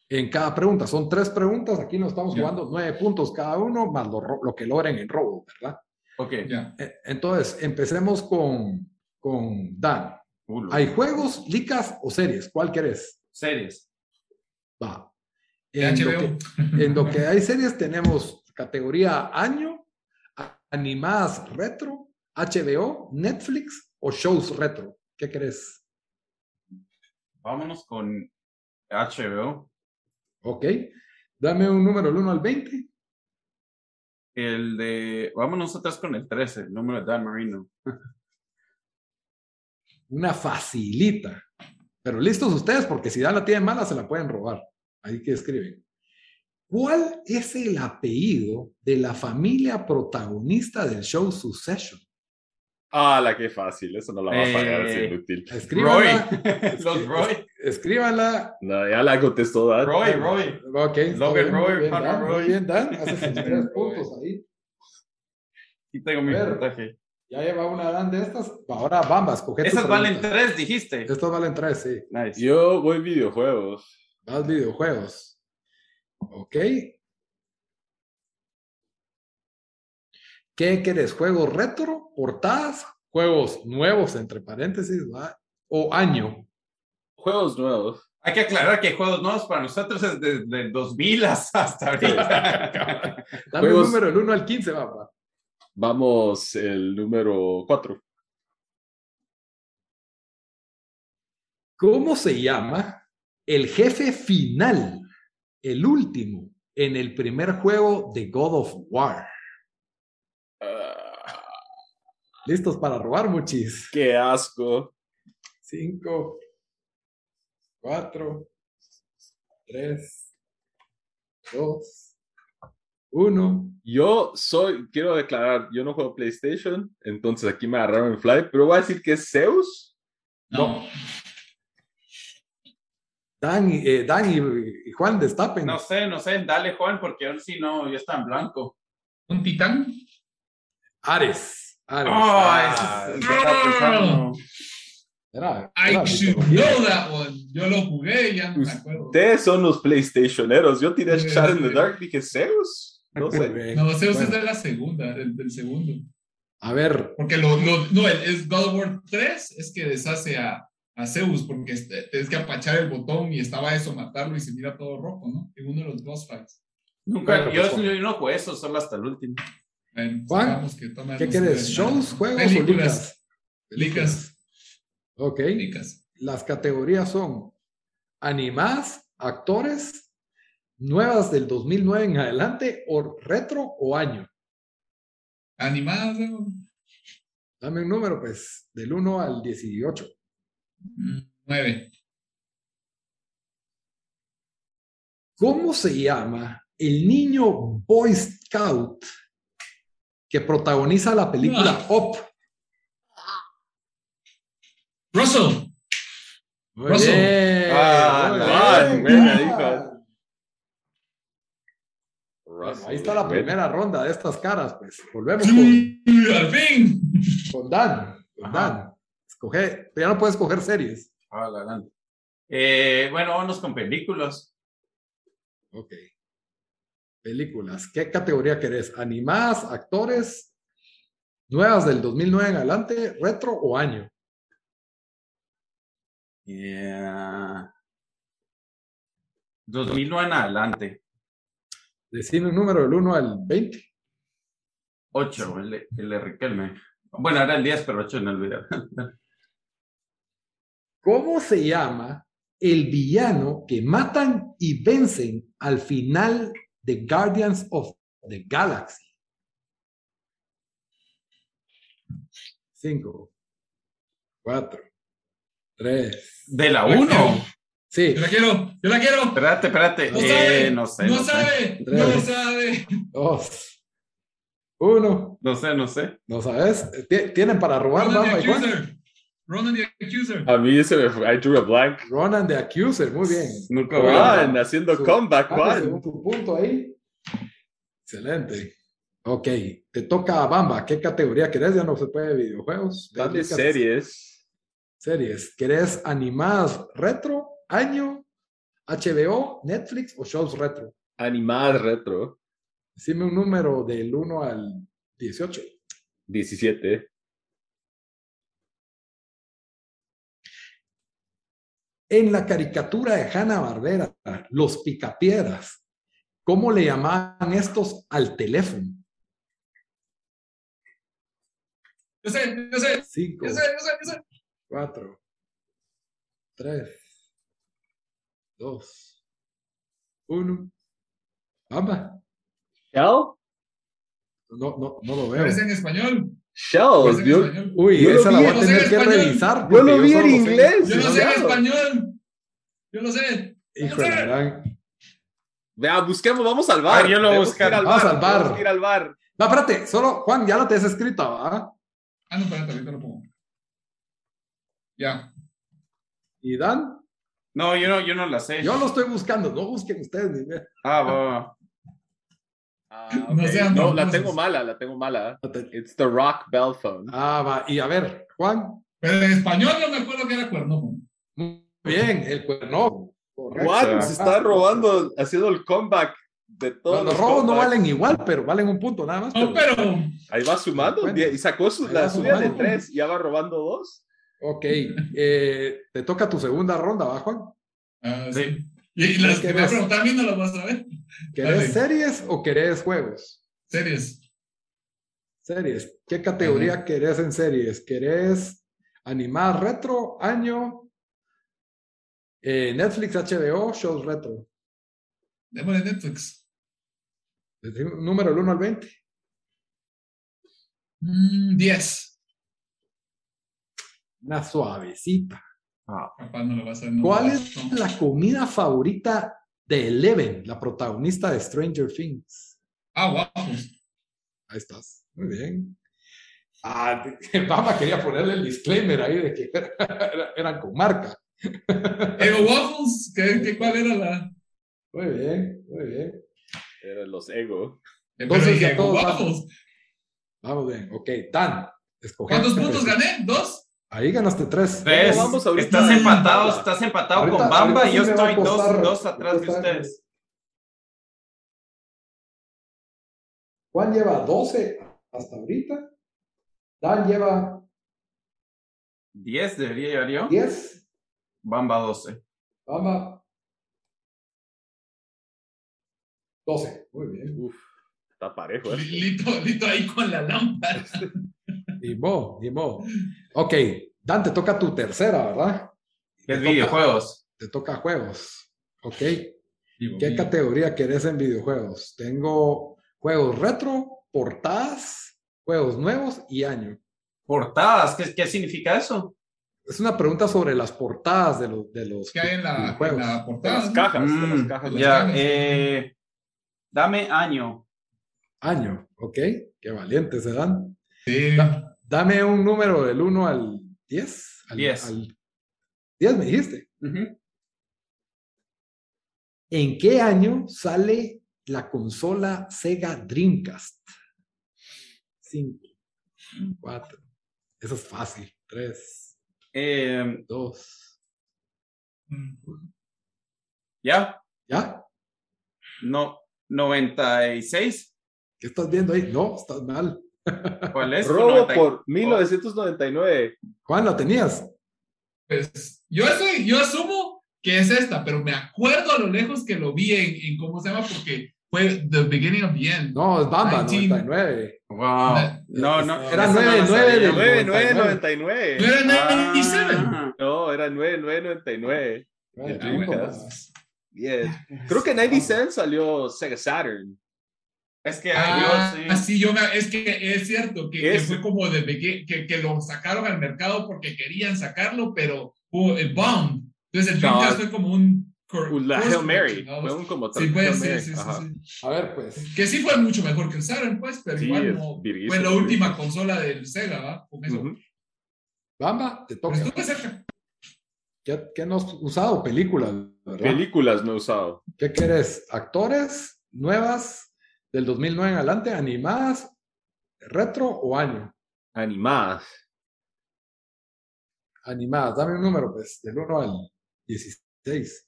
en cada pregunta, son tres preguntas, aquí nos estamos
Ya.
jugando nueve puntos cada uno, más lo, ro- lo que logren en robo, ¿verdad?
Ok.
Ya.
Eh, Entonces, empecemos con, con Dan.
Culo.
¿Hay juegos, licas o series? ¿Cuál querés?
Series.
Va.
De
En lo que-
HBO.
en lo que hay series tenemos categoría año, a- animadas retro, HBO, Netflix o shows retro. ¿Qué crees?
Vámonos con HBO.
Ok. Dame un número del 1 al 20.
El de. Vámonos atrás con el 13, el número de Dan Marino.
Una facilita. Pero listos ustedes porque si Dan la tiene mala se la pueden robar. Ahí que escriben. ¿Cuál es el apellido de la familia protagonista del show Succession?
Ah, la que fácil, eso no la va a fallar,
Eh.
es inútil.
Roy.
Escríbanla.
Los Roy.
Escríbanla.
No, ya la contestó Dan.
Roy, Roy.
Ok. está
Logan
bien, muy
Roy,
bien,
Hannah
Dan, muy
Roy.
bien, Dan. Haces tus tres
Roy.
puntos ahí.
Aquí tengo mi
A ver.
puntaje.
Ya lleva una Dan de estas. Ahora Bamba, escoge tu
Esas valen
pregunta.
tres, dijiste.
Estas valen tres, sí.
Nice.
Yo voy videojuegos.
Más videojuegos. Ok. ¿Qué querés? ¿Juegos retro? ¿Portadas? ¿Juegos nuevos, entre paréntesis? ¿va? ¿O año?
Juegos nuevos.
Hay que aclarar que juegos nuevos para nosotros es desde el 2000 hasta ahorita.
Dame el
Juegos-
número del 1 al 15, papá.
Vamos, el número 4.
¿Cómo se llama el jefe final, el último, en el primer juego de God of War? ¿Listos para robar, muchis?
Ah, qué asco.
Cinco, cuatro, tres, dos, uno.
Yo soy, quiero declarar, yo no juego PlayStation, entonces aquí me agarraron en fly, pero voy a decir que es Zeus.
No.
Dan, eh, Dan y, y Juan destapen.
No sé, no sé, dale Juan, porque ahora sí no, yo está en blanco.
¿Un titán?
Ares. Ares.
Ah,
Ah,
ese es- yo estaba pensando.
era-
I
era
should
mitología.
know that one. Yo lo jugué, ya no me acuerdo.
Ustedes son los PlayStationeros. Yo tiré
Sí,
Shadow in the
sí.
Dark, dije Zeus. No
Muy
sé.
bien.
No, Zeus
Bueno,
es de la segunda, del, del segundo.
A ver,
Porque lo, lo- no, el- es God of War 3 es que deshace a, a Zeus porque es- tienes que apachar el botón y estaba eso, matarlo y se mira todo rojo, ¿no? En uno de los boss fights.
Nunca,
Bueno,
yo,
pues,
yo no jugué eso, solo hasta el último.
Bueno,
Juan,
sabemos que toma
¿qué
no
quieres?
sirve de nada.
¿Shows, juegos o
Películas,
licas?
licas,
Ok.
licas.
Las categorías son animadas, actores, nuevas del 2009 en adelante, o retro o año.
Animadas, ¿no?
Dame un número, pues, del 1 al 18.
Mm, nueve.
¿Cómo se llama el niño Boy Scout que protagoniza la película
Ah.
Up?
Russell,
Muy
Russell.
bien,
Ah,
muy
la
bien.
buena, dijo.
Bueno, ahí está la primera ronda de estas caras, pues. Volvemos con,
Sí, al fin.
con Dan. Con Dan. Escoge, ya no puedes escoger series.
Ah, la gran. Eh, bueno, vámonos con películas.
Ok. Películas. ¿Qué categoría querés? ¿Animadas, actores, nuevas del 2009 en adelante, retro o año?
Eh, 2009 en adelante.
Decime un número del 1 al 20.
8, el, de- el de Riquelme. Bueno, era el 10, pero 8 en el video.
¿Cómo se llama el villano que matan y vencen al final de Guardians of the Galaxy? 5, 4, 3.
De la
Yo la
1.
quiero,
Sí,
Yo la quiero, yo la quiero.
Espérate, espérate.
No
Eh,
sabe,
no sé.
no
no sé.
sabe, no
Tres.
sabe.
dos, oh. uno.
No sé, no sé.
¿No sabes? Ti- Tienen para robar
Ronan the
Bamba y Juan.
Accuser. Ronan the Accuser.
A mí se me fue. I drew a blank.
Ronan the Accuser, muy bien.
Nunca voy a-
Juan, haciendo
Su-
comeback,
Dale,
Juan.
según tu punto ahí. Excelente. Ok, te toca a Bamba. ¿Qué categoría querés? Ya no se puede videojuegos.
Dale
Películas,
series.
Series. ¿Querés animadas retro, año, HBO, Netflix o shows retro?
Animadas retro.
Dime un número del 1 al 18.
17.
En la caricatura de Hanna Barbera, los picapiedras, ¿cómo le llamaban estos al teléfono?
Yo sé, yo sé,
Cinco,
yo sé, yo sé, yo sé.
cuatro, tres, dos, uno. Bamba,
Shell?
no, no, no lo veo.
Pero es en español.
Shell.
Pues,
es en
Yo,
español.
Uy,
Yo lo
esa la
vi,
voy a
no sé
tener
en
que
español.
revisar.
yo lo
porque
vi en
solo sé
inglés.
Yo lo sé en
claro.
español. Yo lo sé.
Hijo de la gran-
Vea, busquemos, vamos al bar.
Ah, yo lo
Tenemos
buscar-
que ir
vamos al bar.
tenemos que ir al bar.
No, espérate, solo Juan, ya lo te has escrito, ¿va?
Ah, no, espérate, ahorita lo pongo. Ya.
Y Dan,
No, yo no, yo no la sé.
yo lo estoy buscando, no busquen ustedes. ni ver.
Ah, va, va.
Ah,
No
ok.
sean
no, la
famosos.
tengo mala, la tengo mala. ¿eh? It's the rock bell phone.
Ah, va, y a ver, Juan,
Pero en español yo me acuerdo que era cuerno.
muy bien, el cuerno. Correcto.
Juan se está robando, haciendo el comeback de todos
Los,
los
robos no
comebacks.
valen igual, pero valen un punto nada más.
No,
pero-
pero
Ahí va sumando
Bueno,
die- y sacó su-
ahí
la
va
suya de
sumando.
tres y ya va robando dos.
Ok, eh, te toca tu segunda ronda, ¿va, Juan?
Ah, sí. Y, y las que me vas a preguntar a mí no las vas a ver.
¿Querés series o querés juegos?
Series.
Series. ¿Qué categoría
Ajá.
querés en series? ¿Querés animar retro, año, eh, Netflix, HBO, shows retro?
Démosle Netflix.
Decime un Número del 1 al 20.
Mm, 10.
Una suavecita.
Capaz no lo vas a ver. no.
¿Cuál es
No.
la comida favorita de Eleven, la protagonista de Stranger Things?
Ah, guapos.
Ahí estás. Muy bien. Ah, Bamba quería ponerle el disclaimer ahí de que era- era- eran con marca.
Eh, Waffles, ¿qué, qué, cuál era la...? Eh,
Muy bien, muy bien.
Eran los ego.
Entonces,
Entonces,
ya todos
Waffles.
Vamos bien, ok. Dan, escoge.
¿Cuántos puntos gané? ¿Dos?
Ahí ganaste tres.
Tres.
Ahorita-
Vamos ahorita
Estás
a-
empatado, estás empatado con Bamba
ahorita
y yo
sí me va a
estoy dos,
costar-
dos atrás de ustedes.
Juan lleva 12 hasta ahorita. Dan lleva
10 debería llevar yo.
10.
Bamba 12.
Bamba. 12. Muy bien.
Uf, está parejo, ¿eh?
Lito, Lito ahí con la lámpara.
Y mo, y mo. Ok, Dan, te toca tu tercera, ¿verdad?
¿Qué es
toca.
videojuegos?
Te toca juegos. Ok. ¿Qué categoría querés en videojuegos? Tengo juegos retro, portadas, juegos nuevos y año.
Portadas, ¿qué, qué significa eso?
Es una pregunta sobre las portadas de los, de los
¿Qué hay en la, en
videojuegos.
la
De
portada?
las cajas, de las
Mm,
cajas.
de las
ya,
cajas.
eh, dame año.
Año, ¿ok? Qué valientes se dan.
Sí.
Da- dame un número del 1 al 10. Al,
Diez.
al- 10 me dijiste.
Ujú.
¿En qué año sale la consola Sega Dreamcast? 5, 4. Eso es fácil. 3,
Eh,
2.
ya,
¿Ya?
no, 96.
¿Qué estás viendo ahí? No, estás mal.
¿Cuál es?
Robo
90.
por 1999.
Juan, ¿la tenías?
Pues yo, soy, yo asumo que es esta, pero me acuerdo a lo lejos que lo vi en, en cómo se llama porque fue The Beginning of the End.
No, es Bamba,
19.
99.
Wow. No, no.
Era
esa no la
9, 9
sabía.
del
9999.
Pero en
Ah,
97.
No, era 9999.
Bueno,
Ah, bueno.
Dreamcast.
Yes. Creo que 90 Cent salió Sega Saturn.
es que
Ah,
yo, sí.
sí, yo me, es que es cierto que, que
Es-
fue como de que, que, que lo sacaron al mercado porque querían sacarlo, pero hubo el bomb. Entonces el
No,
Dreamcast fue como un cor-
La
course
Hail Mary.
correction, ¿no?
Fue un como
Pues, Sí,
Hail
pues, sí,
Mary.
sí, sí,
Ajá.
sí.
A ver, pues.
Que sí fue mucho mejor que el Saturn, pues, pero
Sí,
igual
es
no.
virguísimo,
Fue la última
virguísimo.
consola del Sega, ¿va? Con eso.
Ujú.
Bamba, te
Pero
toca.
estuve cerca.
¿Qué, qué no has usado? Películas, ¿verdad?
Películas no he usado.
¿Qué querés? ¿Actores nuevas del 2009 en adelante, animadas, retro o año?
Animadas.
Animadas, dame un número, pues, del 1 al 16.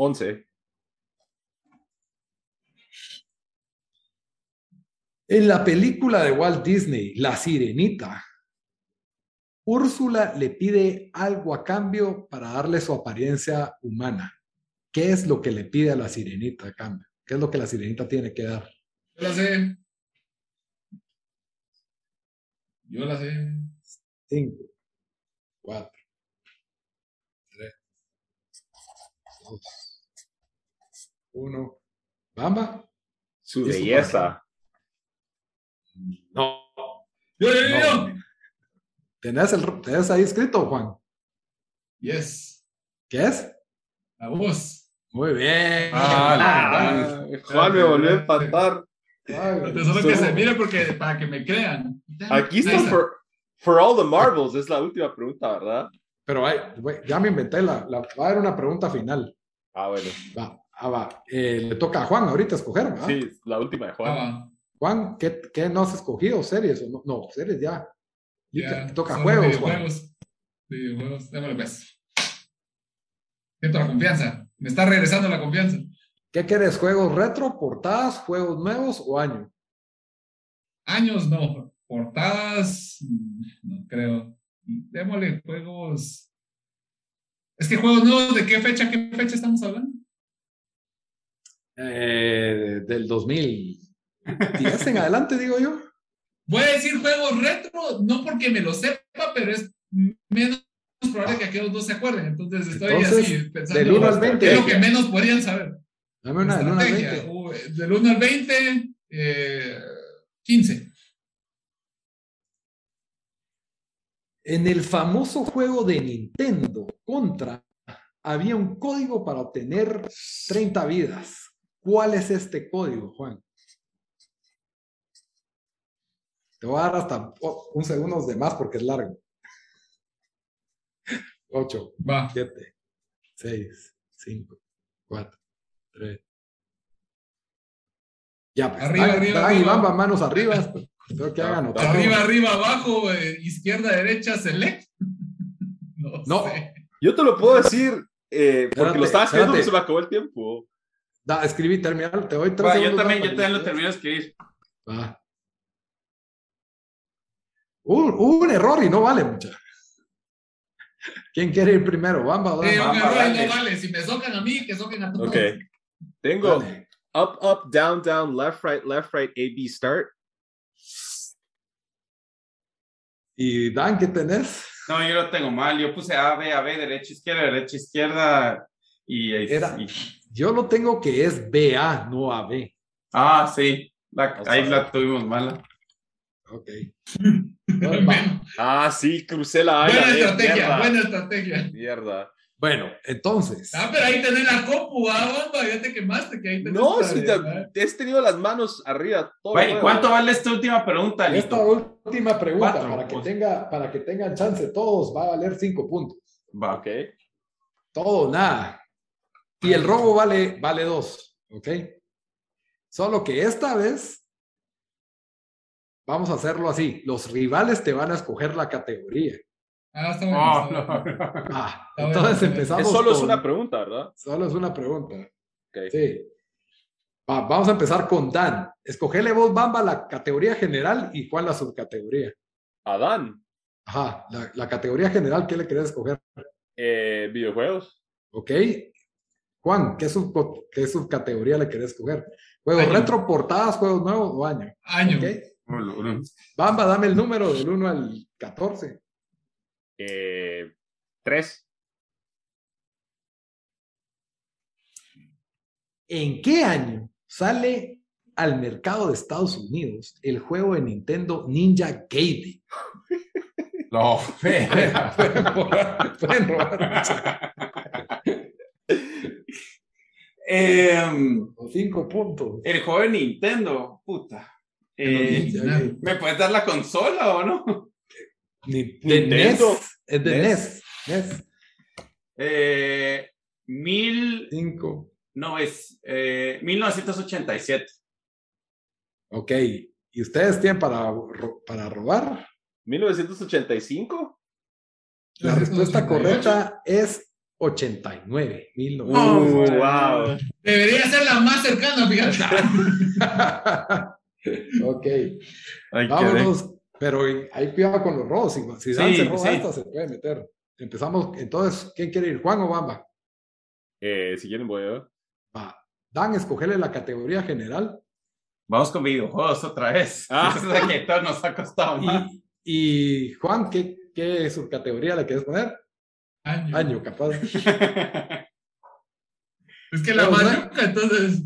11.
En la película de Walt Disney, La Sirenita, Úrsula le pide algo a cambio para darle su apariencia humana. ¿Qué es lo que le pide a la sirenita a cambio? ¿Qué es lo que la sirenita tiene que dar?
Yo la sé. Yo la sé.
5, 4, 3, 2, 1. ¿Bamba?
Su
Y eso
belleza.
No.
Yo, yo, yo, yo.
¿Tenés, el, tenés ahí escrito, Juan?
Yes.
¿Qué es?
La voz.
Muy bien.
Ah,
Ah, Juan me volvió a empatar.
Ay,
Pero Solo
Solo-
que se mire porque, para que me crean.
Aquí está
Esa.
for, for All the Marbles. Es la última pregunta, ¿verdad?
Pero ay, güey, ya me inventé la, la- Va a haber una pregunta final.
Ah, bueno.
Va, ah, va. Eh, le toca a Juan ahorita escoger, ¿verdad?
Sí, la última de
Ah,
Juan.
va.
Juan, ¿qué, qué no has escogido? ¿Series? o No, no series ya.
Ya,
Te toca
son
juegos, Juan.
videojuegos. Videojuegos. Démosle pues. Siento la confianza. Me está regresando la confianza.
¿Qué quieres? ¿Juegos retro, portadas, juegos nuevos o año?
Años no. Portadas. mm, No creo. Démosle juegos. Es que juegos nuevos, ¿de qué fecha, qué fecha estamos hablando?
Eh, del 2000. Días en adelante, digo yo.
Voy a decir juegos retro, no porque me lo sepa, pero es menos probable que aquellos dos se acuerden. Entonces estoy
Entonces,
así pensando.
del uno al 20.
¿qué Es lo que menos podrían saber.
Dame una del uno al
Estrategia.
20.
Uh, Del 1 al 20, eh, 15.
En el famoso juego de Nintendo Contra había un código para obtener 30 vidas. ¿Cuál es este código, Juan? Te voy a dar hasta oh, un segundo de más porque es largo. 8,
Va.
7, 6, 5, 4, 3. Ya, pues.
Arriba,
Dan-
arriba,
Dan y
arriba.
Bamba, manos arriba. pues, Creo que hagan otro.
Arriba, arriba, abajo, eh, izquierda, derecha, select. No,
No.
sé.
Yo te lo puedo decir eh, porque
Espérate,
lo estabas viendo
espérate.
y se me acabó el tiempo.
Da, escribí, terminal, te doy tres
Va, yo
segundos
también,
más
yo
para
también lo
que-
termino de escribir.
Va. Un, un error y no vale, mucha. ¿Quién quiere ir primero? Bamba, o
Eh,
Dama?
un
Vamos,
error
dale.
no vale. Si me socan a mí, que soquen a todos.
Ok. Tengo
Dale.
up, up, down, down, left, right, left, right, A, B, start.
¿Y Dan, qué tenés?
No, yo lo tengo mal. Yo puse A, B, A, B, derecha, izquierda, derecha, izquierda. Y, y-
Era-
y-
Yo lo tengo que es BA, no AB.
ah, sí. La-
Vamos a
ahí
ver.
la tuvimos mala.
Ok.
Bueno,
Va.
Ah, sí, crucé la A. y la
buena
B,
estrategia,
mierda.
buena estrategia.
Mierda.
Bueno, entonces.
Ah, pero ahí tenés la compu, ah, bomba, ya te quemaste que ahí tenés
No,
la- ¿eh?
si
¿verdad?
te, has tenido las manos arriba. Todo el
Güey,
juego.
¿cuánto vale esta última pregunta, Lito?
Esta última pregunta,
Cuatro,
para, que
pues.
tenga, para que tengan chance todos, va a valer cinco puntos.
Va,
Ok.
Todo, nada. Y el robo vale, vale dos, ¿ok? Solo que esta vez vamos a hacerlo así. Los rivales te van a escoger la categoría.
Ah, está bueno.
No,
está
no,
bueno.
no.
Ah,
Está bueno,
entonces
está bueno.
empezamos.
Es solo es
con-
una pregunta, ¿verdad?
Solo es una pregunta.
Ok.
Sí. Va- vamos a empezar con Dan. Escogele vos, Bamba, la categoría general y cuál la subcategoría.
Adán,
Ajá, la, la categoría general, ¿qué le querés escoger?
eh, videojuegos.
¿Ok? Juan, ¿qué, sub, qué subcategoría le querés escoger? ¿Juegos
Año.
retro, portadas, juegos nuevos o año?
Año.
¿Ok?
Uno, uno.
Bamba, dame el número del 1 al 14.
Eh, tres.
¿En qué año sale al mercado de Estados Unidos el juego de Nintendo Ninja Gaiden?
No,
Pueden- pueden robar, pueden robar.
Em,
Cinco puntos.
el juego de Nintendo, puta. Eh,
Ni-
¿Me puedes dar la consola o no?
de NES.
E
Nintendo.
E Es de E NES. NES.
Eh, mil,
Cinco.
no es, eh, 1987.
Ok. ¿Y ustedes tienen para, ro- para robar?
1985.
La respuesta
1988.
correcta es 89.
No,
Uh,
güey.
wow.
Debería ser la más cercana, fíjate.
ok. Vámonos. Pero hay cuidado con los robos. Si, si Dan
Sí, pues
se roba
sí.
esta, se puede meter. Empezamos. Entonces, ¿quién quiere ir? ¿Juan o Bamba?
Eh, si quieren voy yo.
Va. Dan, escogele la categoría general.
Vamos con videojuegos otra vez.
Ah.
Esa es la que todo nos ha costado más.
Y, y, Juan, ¿qué, ¿qué subcategoría le quieres poner?
Año.
Año, capaz.
Es que la
Pero,
más
¿no?
yuca, entonces.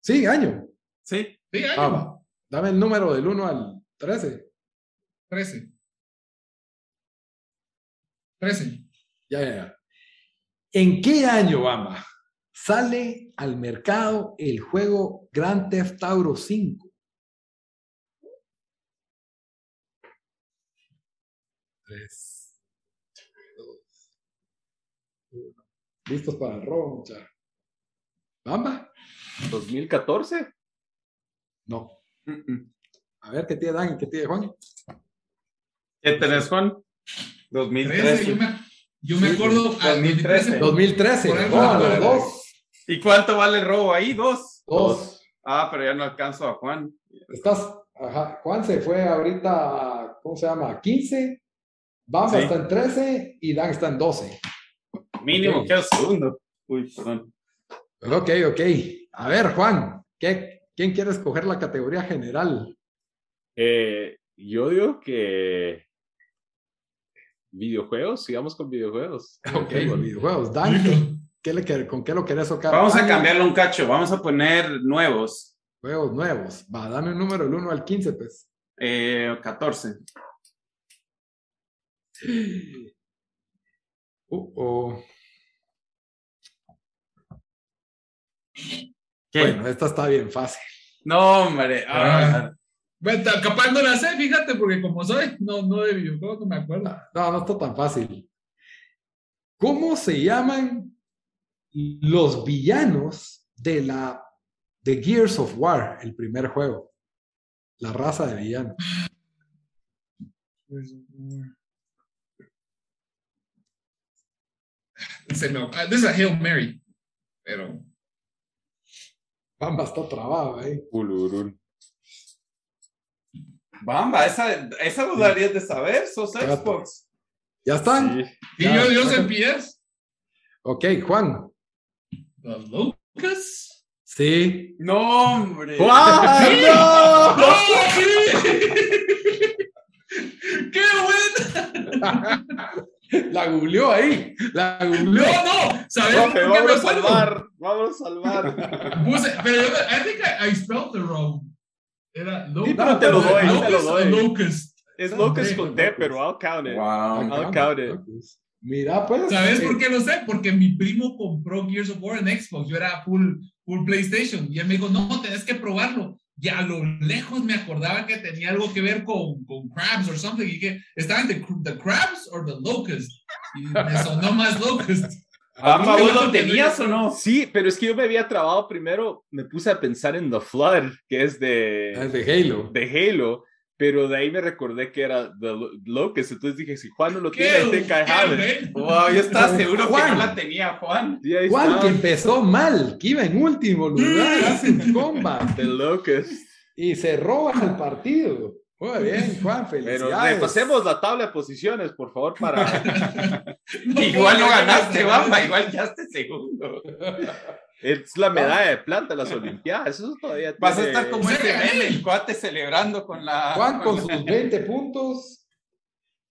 Sí, año.
sí.
Sí,
Ah,
año.
va. Dame el número del 1 al 13.
13. 13.
Ya, ya, ya. ¿En qué año, Bamba, sale al mercado el juego Grand Theft Auto 5? Tres, dos, uno. Listos para el robo, muchachos. ¿Bamba?
2014.
No.
Mm, mm.
A ver qué tiene Dan y qué tiene Juan.
¿Qué tenés, Juan?
13. Yo
2013.
me, yo me
Sí,
acuerdo. ah,
2013.
2013.
Por ahí,
Juan,
por ahí.
dos,
¿Y cuánto vale el robo ahí? Dos.
dos.
Ah, pero ya no alcanzo a Juan.
Estás, ajá, Juan se fue ahorita, ¿cómo se llama? 15. Bamba
Sí.
está en 13 y Dan está en 12.
Mínimo,
Ok.
queda segundo. Uy, perdón.
Ok, ok. A ver, Juan, ¿qué, ¿quién quiere escoger la categoría general?
Eh, yo digo que videojuegos, sigamos con videojuegos.
Ok,
Fútbol.
videojuegos. Dan, ¿qué-
Hijo,
qué le quer- ¿con qué lo querés socar?
Vamos a
Dan,
cambiarlo un cacho, vamos a poner nuevos.
Juegos nuevos. Va, dame un número del 1 al 15, pues.
Eh, 14.
Uh -oh.
¿Qué?
Bueno, esta está bien fácil.
No, hombre. ah,
bueno, capaz no la sé, fíjate, porque como soy, no, no de videojuegos, no me acuerdo.
No, no está tan fácil. ¿Cómo se llaman los villanos de la de Gears of War, el primer juego? La raza de villanos.
Pues, mm. Se me, ah, this is a Hail Mary, pero
Bamba está trabado, ¿eh?
Ulurún.
Bamba, esa, esa lo darías de saber, sos Xbox.
¿Ya están?
Sí.
y
Ya,
yo, yo
bueno.
sé Piers,
Ok, Juan.
los Lucas.
Sí.
No, hombre.
¡Ay, no!
¡No! ¡Qué buena!
La googleó ahí. La googleó.
No, no, ¿sabes por
Profe,
qué
vamos
me
a
acuerdo?
salvar, vamos a salvar.
Puse, pero yo, I think I, I spelled it wrong. Era Lucas.
pero te lo doy, te lo doy.
Locust.
Es locos con T, pero I'll count it.
Wow.
I'll count it.
Mira, Ah, pues.
¿Sabes
eh,
por qué lo sé? Porque mi primo compró Gears of War en Xbox. Yo era full, full PlayStation. Y él me dijo, no, tenés que probarlo. Y a lo lejos me acordaba que tenía algo que ver con, con Crabs or something. Y que estaban the, the Crabs or the Locust. Y me sonó más Locust.
Bamba, ¿vos
Yo
lo
no
tenías o no?
Sí, pero es que yo me había trabado primero, me puse a pensar en The Flood, que es de,
Ah,
Ah,
Es de Halo.
de Halo, pero de ahí me recordé que era The Lo- Locust, entonces dije, si Juan no lo tiene, I
este
¿Qué?
think I have it.
¿Qué?
Wow, yo estaba seguro que
Juan.
no la tenía, Juan.
Sí, ahí
Juan,
está,
que empezó mal, que iba en último lugar, hace un combate
The Locust.
y se roba el partido. Muy bien, Juan,
Pero
felicidades.
repasemos la tabla de posiciones, por favor, para...
No
Igual no
puedo creer que
ganaste,
ganaste.
Bamba, igual quedaste segundo.
es la medalla de plata de las Olimpiadas, eso todavía
Ah. Vas a
tiene-
estar como
Sí,
ese
gané.
meme, el cuate celebrando con la.
Juan con sus 20 puntos,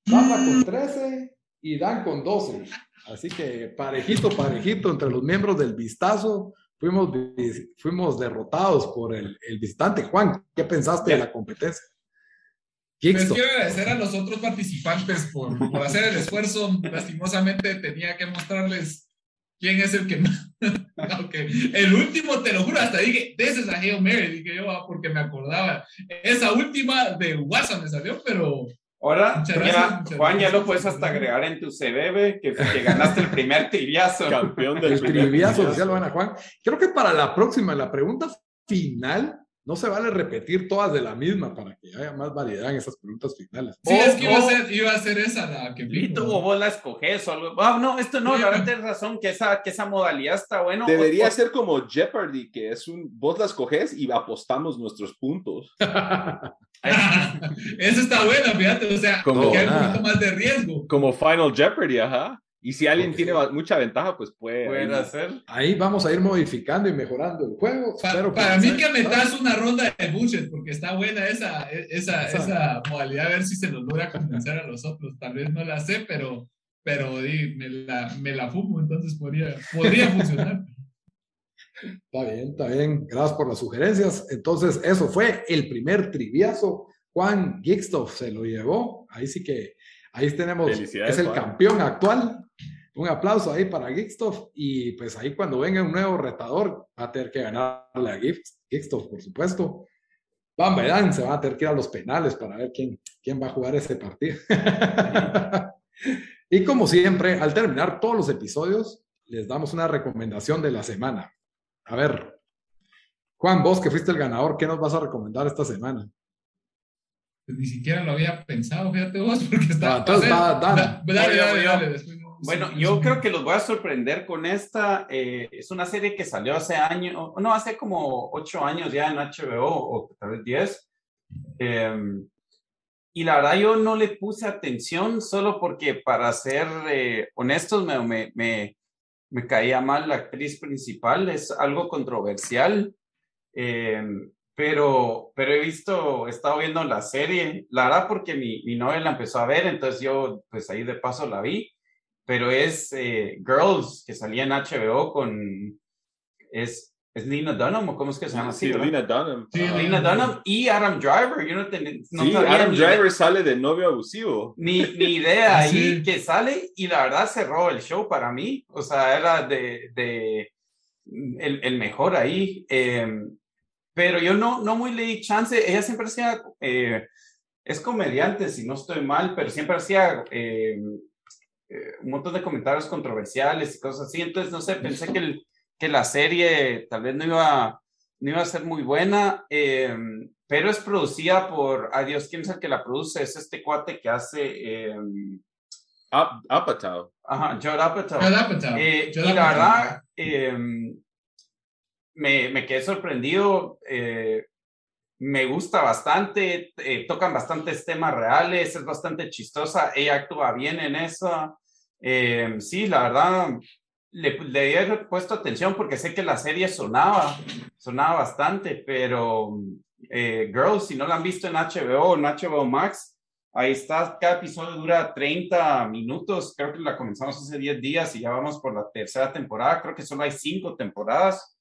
Bamba con 13 y Dan con 12. Así que parejito, parejito entre los miembros del vistazo. Fuimos, vi- fuimos derrotados por el, el visitante. Juan, ¿qué pensaste de la competencia?
Les
Kickstone.
quiero agradecer a los otros participantes por, por hacer el esfuerzo. Lastimosamente tenía que mostrarles quién es el que más. Ok. El último, te lo juro, hasta dije, this is a Hail Mary, dije yo, ah, porque me acordaba. Esa última de WhatsApp me salió, pero
Ahora,
Muchas
ya,
gracias, muchas
Juan, ya
gracias.
lo puedes hasta agregar en tu CBB que, que ganaste el primer tibiazo.
campeón del
El triviazo
primer-
oficial lo van a Juan. Creo que para la próxima, la pregunta final, no se vale repetir todas de la misma para que haya más variedad en esas preguntas finales.
sí,
Oh,
es que iba a,
oh.
ser, iba a ser esa la que vi.
Lito, o vos la escoges o algo. Ah, no, esto no, la verdad tienes razón, que esa, que esa modalidad está bueno.
Debería
O-
ser como Jeopardy, que es un... Vos las coges y apostamos nuestros puntos.
esa está buena, fíjate, o sea,
Como-
que hay un
Ah.
poquito más de riesgo.
Como Final Jeopardy, ajá. Y si alguien
Ok.
tiene va- mucha ventaja, pues puede.
Puede ser.
Ahí vamos a ir modificando y mejorando el juego.
Pa-
Espero
para mí que
me
metas una ronda de budget, porque está buena esa, e- esa,
Esa.
esa modalidad, a ver si se nos logra convencer a los otros. Tal vez no la sé, pero, pero di, me, la, me la fumo, entonces podría, podría funcionar.
Está bien, está bien. Gracias por las sugerencias. Entonces, eso fue el primer triviazo. Juan Gixtov se lo llevó. Ahí sí que, ahí tenemos,
Felicidades,
es el
Juan.
campeón actual. Un aplauso ahí para Gixtov. Y pues ahí cuando venga un nuevo retador, va a tener que ganar la Gixtov, por supuesto. Van Verán se va a tener que ir a los penales para ver quién, quién va a jugar ese partido. y como siempre, al terminar todos los episodios, les damos una recomendación de la semana. A ver, Juan, vos que fuiste el ganador, ¿qué nos vas a recomendar esta semana?
Pues Ni siquiera lo había pensado, fíjate vos, porque
Ah,
está.
entonces va,
da-
dale.
da- dale,
Voy yo,
dale,
voy yo.
dale, después-
Bueno,
sí,
yo
sí.
creo que los voy a sorprender con esta. eh, es una serie que salió hace año, no, hace como ocho años ya en HBO o tal vez diez. Eh, y la verdad yo no le puse atención solo porque, para ser eh, honestos, me, me, me, me, caía mal la actriz principal, es algo controversial, eh, pero, pero he visto, he estado viendo la serie, la verdad porque mi, mi novia la empezó a ver, entonces yo pues ahí de paso la vi, pero es eh, Girls, que salía en HBO con, es es Lina Dunham, ¿o cómo es que se llama?
Sí,
así,
Lina Dunham.
Sí, Lina Dunham y Adam Driver. Yo no, ten, no
sí,
sabía
Adam
ni,
Driver sale de novio abusivo.
Ni, ni idea ahí
Sí.
que sale y la verdad cerró el show para mí. O sea, era de, de mm, el, el mejor ahí. Eh, pero yo no, no muy leí chance. Ella siempre hacía, eh, es comediante, si no estoy mal, pero siempre hacía eh, eh, un montón de comentarios controversiales y cosas así. Entonces, no sé, pensé que, el- que la serie tal vez no iba, no iba a ser muy buena, eh, pero es producida por, adiós, ¿quién es el que la produce? Es este cuate que hace, eh,
Ap- Apatow.
ajá, Judd Apatow.
Judd Apatow.
Eh,
Judd
y la
Apatow.
verdad, eh, me, me quedé sorprendido. eh, me gusta bastante, eh, tocan bastantes temas reales, es bastante chistosa, ella actúa bien en esa. Eh, sí, la verdad, le, le he puesto atención porque sé que la serie sonaba, sonaba bastante, pero eh, Girls, si no la han visto en HBO o en HBO Max, Ahí está, cada episodio dura 30 minutos, creo que la comenzamos hace 10 días y ya vamos por la tercera temporada, creo que solo hay 5 temporadas,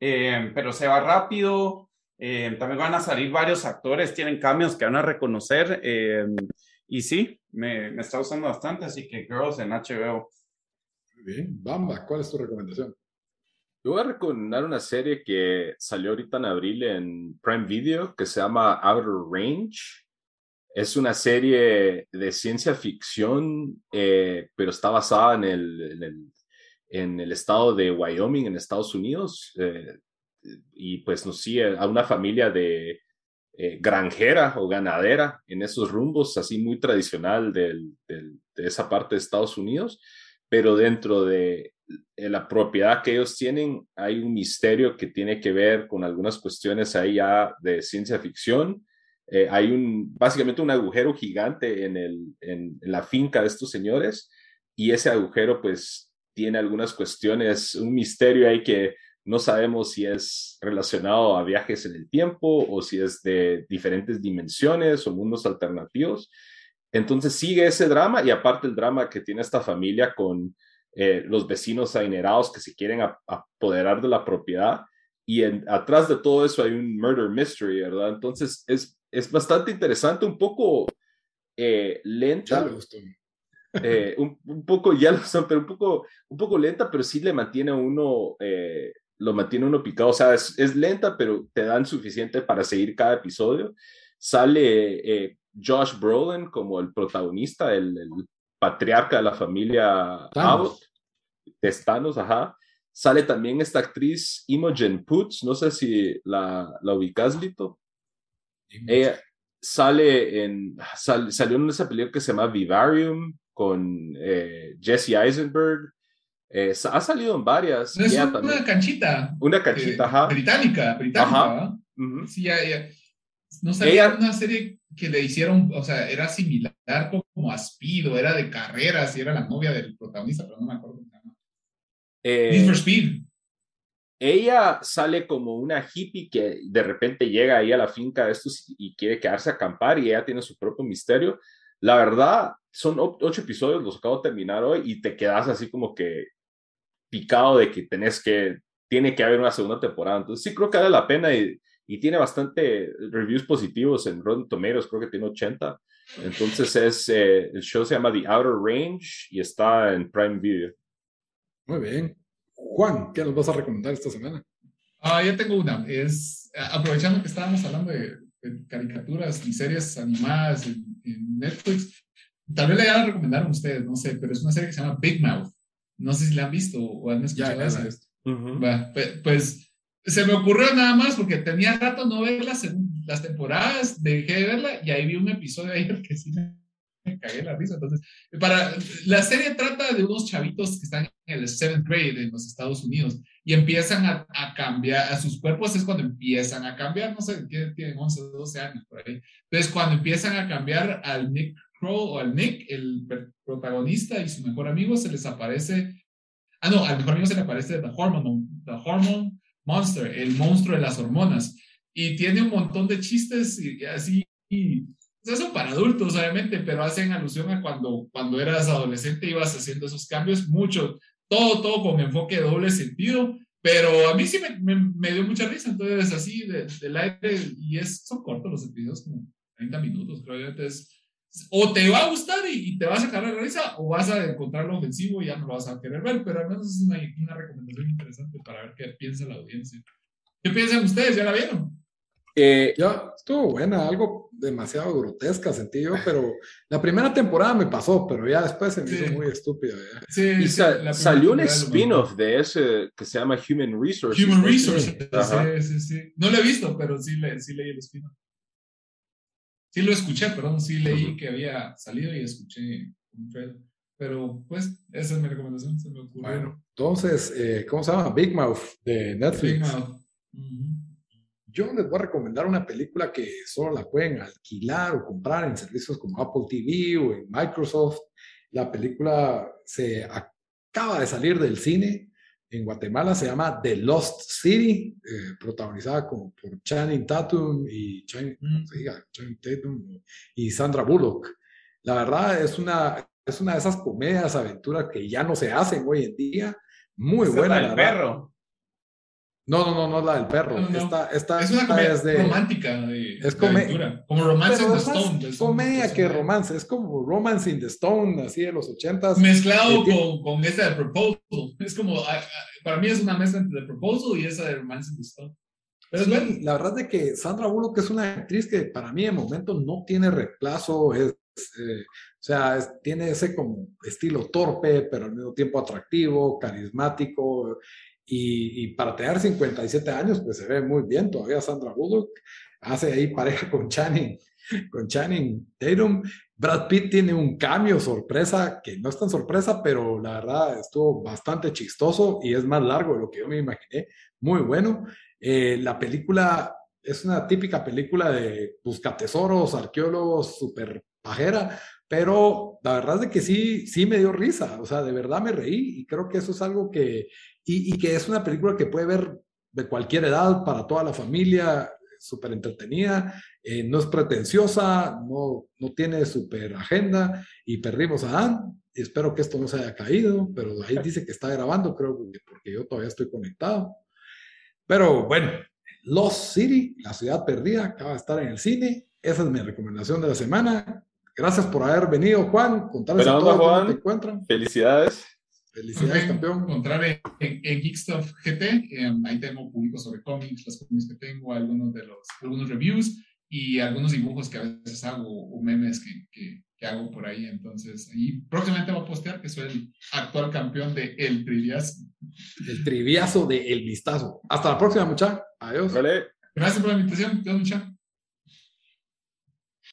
Eh, pero se va rápido, Eh, también van a salir varios actores, tienen cambios que van a reconocer eh, y sí, me, me está gustando bastante, así que Girls en HBO.
Muy bien. Bamba, ¿cuál es tu recomendación?
Yo voy a recomendar una serie que salió ahorita en abril en Prime Video que se llama Outer Range. Es una serie de ciencia ficción, eh, pero está basada en el, en el, en el estado de Wyoming, en Estados Unidos. eh, y pues nos sigue a una familia de eh, granjera o ganadera en esos rumbos, así muy tradicional del- del- de esa parte de Estados Unidos. Pero dentro de, en eh, la propiedad que ellos tienen, hay un misterio que tiene que ver con algunas cuestiones ahí ya de ciencia ficción. Eh, hay un, básicamente un agujero gigante en, el, en, en la finca de estos señores y ese agujero pues tiene algunas cuestiones, un misterio ahí que no sabemos si es relacionado a viajes en el tiempo o si es de diferentes dimensiones o mundos alternativos. Entonces sigue ese drama y aparte el drama que tiene esta familia con eh, los vecinos adinerados que se quieren ap- apoderar de la propiedad. Y en- atrás de todo eso hay un murder mystery, ¿verdad? Entonces es, es bastante interesante, un poco eh,
Ya
lenta,
le gustó.
eh, un, un poco, ya lo sé, pero un poco, un poco lenta, pero sí le mantiene a uno, eh, lo mantiene uno picado. O sea, es, es lenta, pero te dan suficiente para seguir cada episodio. Sale eh, Josh Brolin como el protagonista, el, el patriarca de la familia
Thanos.
Abbott, de Thanos, ajá. Sale también esta actriz Imogen Poots, no sé si la, la ubicas, Lito.
Eh,
Ella sale en. sal- salió en esa película que se llama Vivarium con eh, Jesse Eisenberg. Eh, sa- ha salido en varias.
No es
Ella
una
también.
canchita.
Una
eh,
cachita, ajá.
Británica, británica.
Ajá.
¿va?
Ujú.
Sí, ya, ya. No sabía
Ella-
una serie que le hicieron, o sea, era similar como a Speed, o era de carreras, y era la novia del protagonista, pero no me acuerdo. cómo se llama.
Eh,
Need for Speed.
ella sale como una hippie que de repente llega ahí a la finca de estos y quiere quedarse a acampar y ella tiene su propio misterio. La verdad, son o- ocho episodios, los acabo de terminar hoy y te quedas así como que picado de que tenés que, tiene que haber una segunda temporada. Entonces sí creo que vale la pena y, y tiene bastante reviews positivos en Rotten Tomatoes, creo que tiene 80. Entonces es, eh, el show se llama The Outer Range y está en Prime Video.
Muy bien. Juan, ¿qué nos vas a recomendar esta semana?
Ah, yo tengo una. Es, a- aprovechando que estábamos hablando de, de caricaturas y series animadas en, en Netflix, tal vez la recomendaron ustedes, no sé, pero es una serie que se llama Big Mouth. No sé si la han visto o han escuchado.
ya,
esa.
ya.
Va, pe- pues se me ocurrió nada más porque tenía rato no ver las, las temporadas, dejé de verla y ahí vi un episodio ayer que sí me me cagué la risa. Entonces, para, la serie trata de unos chavitos que están en el seventh grade en los Estados Unidos y empiezan a, a cambiar, a sus cuerpos es cuando empiezan a cambiar, no sé, tienen, tienen 11, 12 años por ahí. Entonces, cuando empiezan a cambiar al Nick Crow o al Nick, el protagonista y su mejor amigo se les aparece, ah, no, al mejor amigo se le aparece The Hormone, The Hormone Monster, el monstruo de las hormonas. Y tiene un montón de chistes y, y así. Y, o sea, son para adultos, obviamente, pero hacen alusión a cuando, cuando eras adolescente ibas haciendo esos cambios, mucho, todo, todo con enfoque de doble sentido, pero a mí sí me, me, me dio mucha risa, entonces así de, del aire, y es, son cortos los episodios, como 30 minutos, creo yo, entonces, o te va a gustar y, y te vas a sacar la risa, o vas a encontrar lo ofensivo y ya no lo vas a querer ver, pero al menos es una, una recomendación interesante para ver qué piensa la audiencia. ¿Qué piensan ustedes? ¿Ya la vieron?
Eh, yo, estuvo buena, algo demasiado grotesca sentí yo, pero la primera temporada me pasó, pero ya después se me sí. hizo muy estúpida.
Sí, y sa salió un spin-off de ese que se llama Human Resources.
Human Resources, sí, sí, sí. No lo he visto, pero sí, le, sí leí el spin-off. Sí lo escuché, perdón, sí leí uh -huh. que había salido y escuché un trailer. Pero pues esa es mi recomendación, se me ocurrió.
Bueno, entonces, eh, ¿cómo se llama? Big Mouth de Netflix. Big Mouth. Uh -huh. Yo les voy a recomendar una película que solo la pueden alquilar o comprar en servicios como Apple TV o en Microsoft. La película se acaba de salir del cine en Guatemala, se llama The Lost City, eh, protagonizada como por Channing Tatum y, Channing, mm. se diga, Channing Tatum y Sandra Bullock. La verdad es una, es una de esas comedias, aventuras que ya no se hacen hoy en día. Muy Esa buena.
La del perro.
No, no, no, no la del perro. No, no. Esta, esta,
es una
esta
comedia es de, romántica. De, es comedia. Como Romance in the Stone.
Es comedia es que romance. romance. Es como Romance in the Stone, así de los ochentas.
Mezclado con, con, esta de Proposal. Es como, ah, para mí es una mezcla entre The Proposal y esa de Romance in the Stone.
Pero sí, bueno. La verdad es que Sandra Bullock es una actriz que para mí de momento no tiene reemplazo. Es, eh, o sea, es, tiene ese como estilo torpe, pero al mismo tiempo atractivo, carismático. Y, y, para tener 57 años, pues se ve muy bien todavía Sandra Bullock, hace ahí pareja con Channing, con Channing Tatum. Brad Pitt tiene un cambio sorpresa, que no es tan sorpresa, pero la verdad estuvo bastante chistoso y es más largo de lo que yo me imaginé, muy bueno. Eh, la película es una típica película de buscatesoros, arqueólogos, super pajera, pero la verdad es de que sí, sí me dio risa, o sea, de verdad me reí y creo que eso es algo que, y, y, que es una película que puede ver de cualquier edad, para toda la familia, súper entretenida, eh, no es pretenciosa, no, no tiene súper agenda y perdimos a Dan. Espero que esto no se haya caído, pero ahí dice que está grabando, creo que porque yo todavía estoy conectado. Pero bueno, Lost City, la ciudad perdida, acaba de estar en el cine. Esa es mi recomendación de la semana. Gracias por haber venido, Juan. Contarles
pero a todos
Juan, te encuentran.
Felicidades.
Felicidades, okay. campeón.
Encontrar en, en, en Geekstuff GT, eh, ahí tengo público sobre cómics, las cómics que tengo, algunos de los, algunos reviews y algunos dibujos que a veces hago o memes que, que, que hago por ahí. Entonces, ahí próximamente voy a postear que soy el actual campeón de El Triviazo.
El Triviazo de El Vistazo. Hasta la próxima, mucha. Adiós.
Vale.
Gracias por la invitación. Adiós, mucha.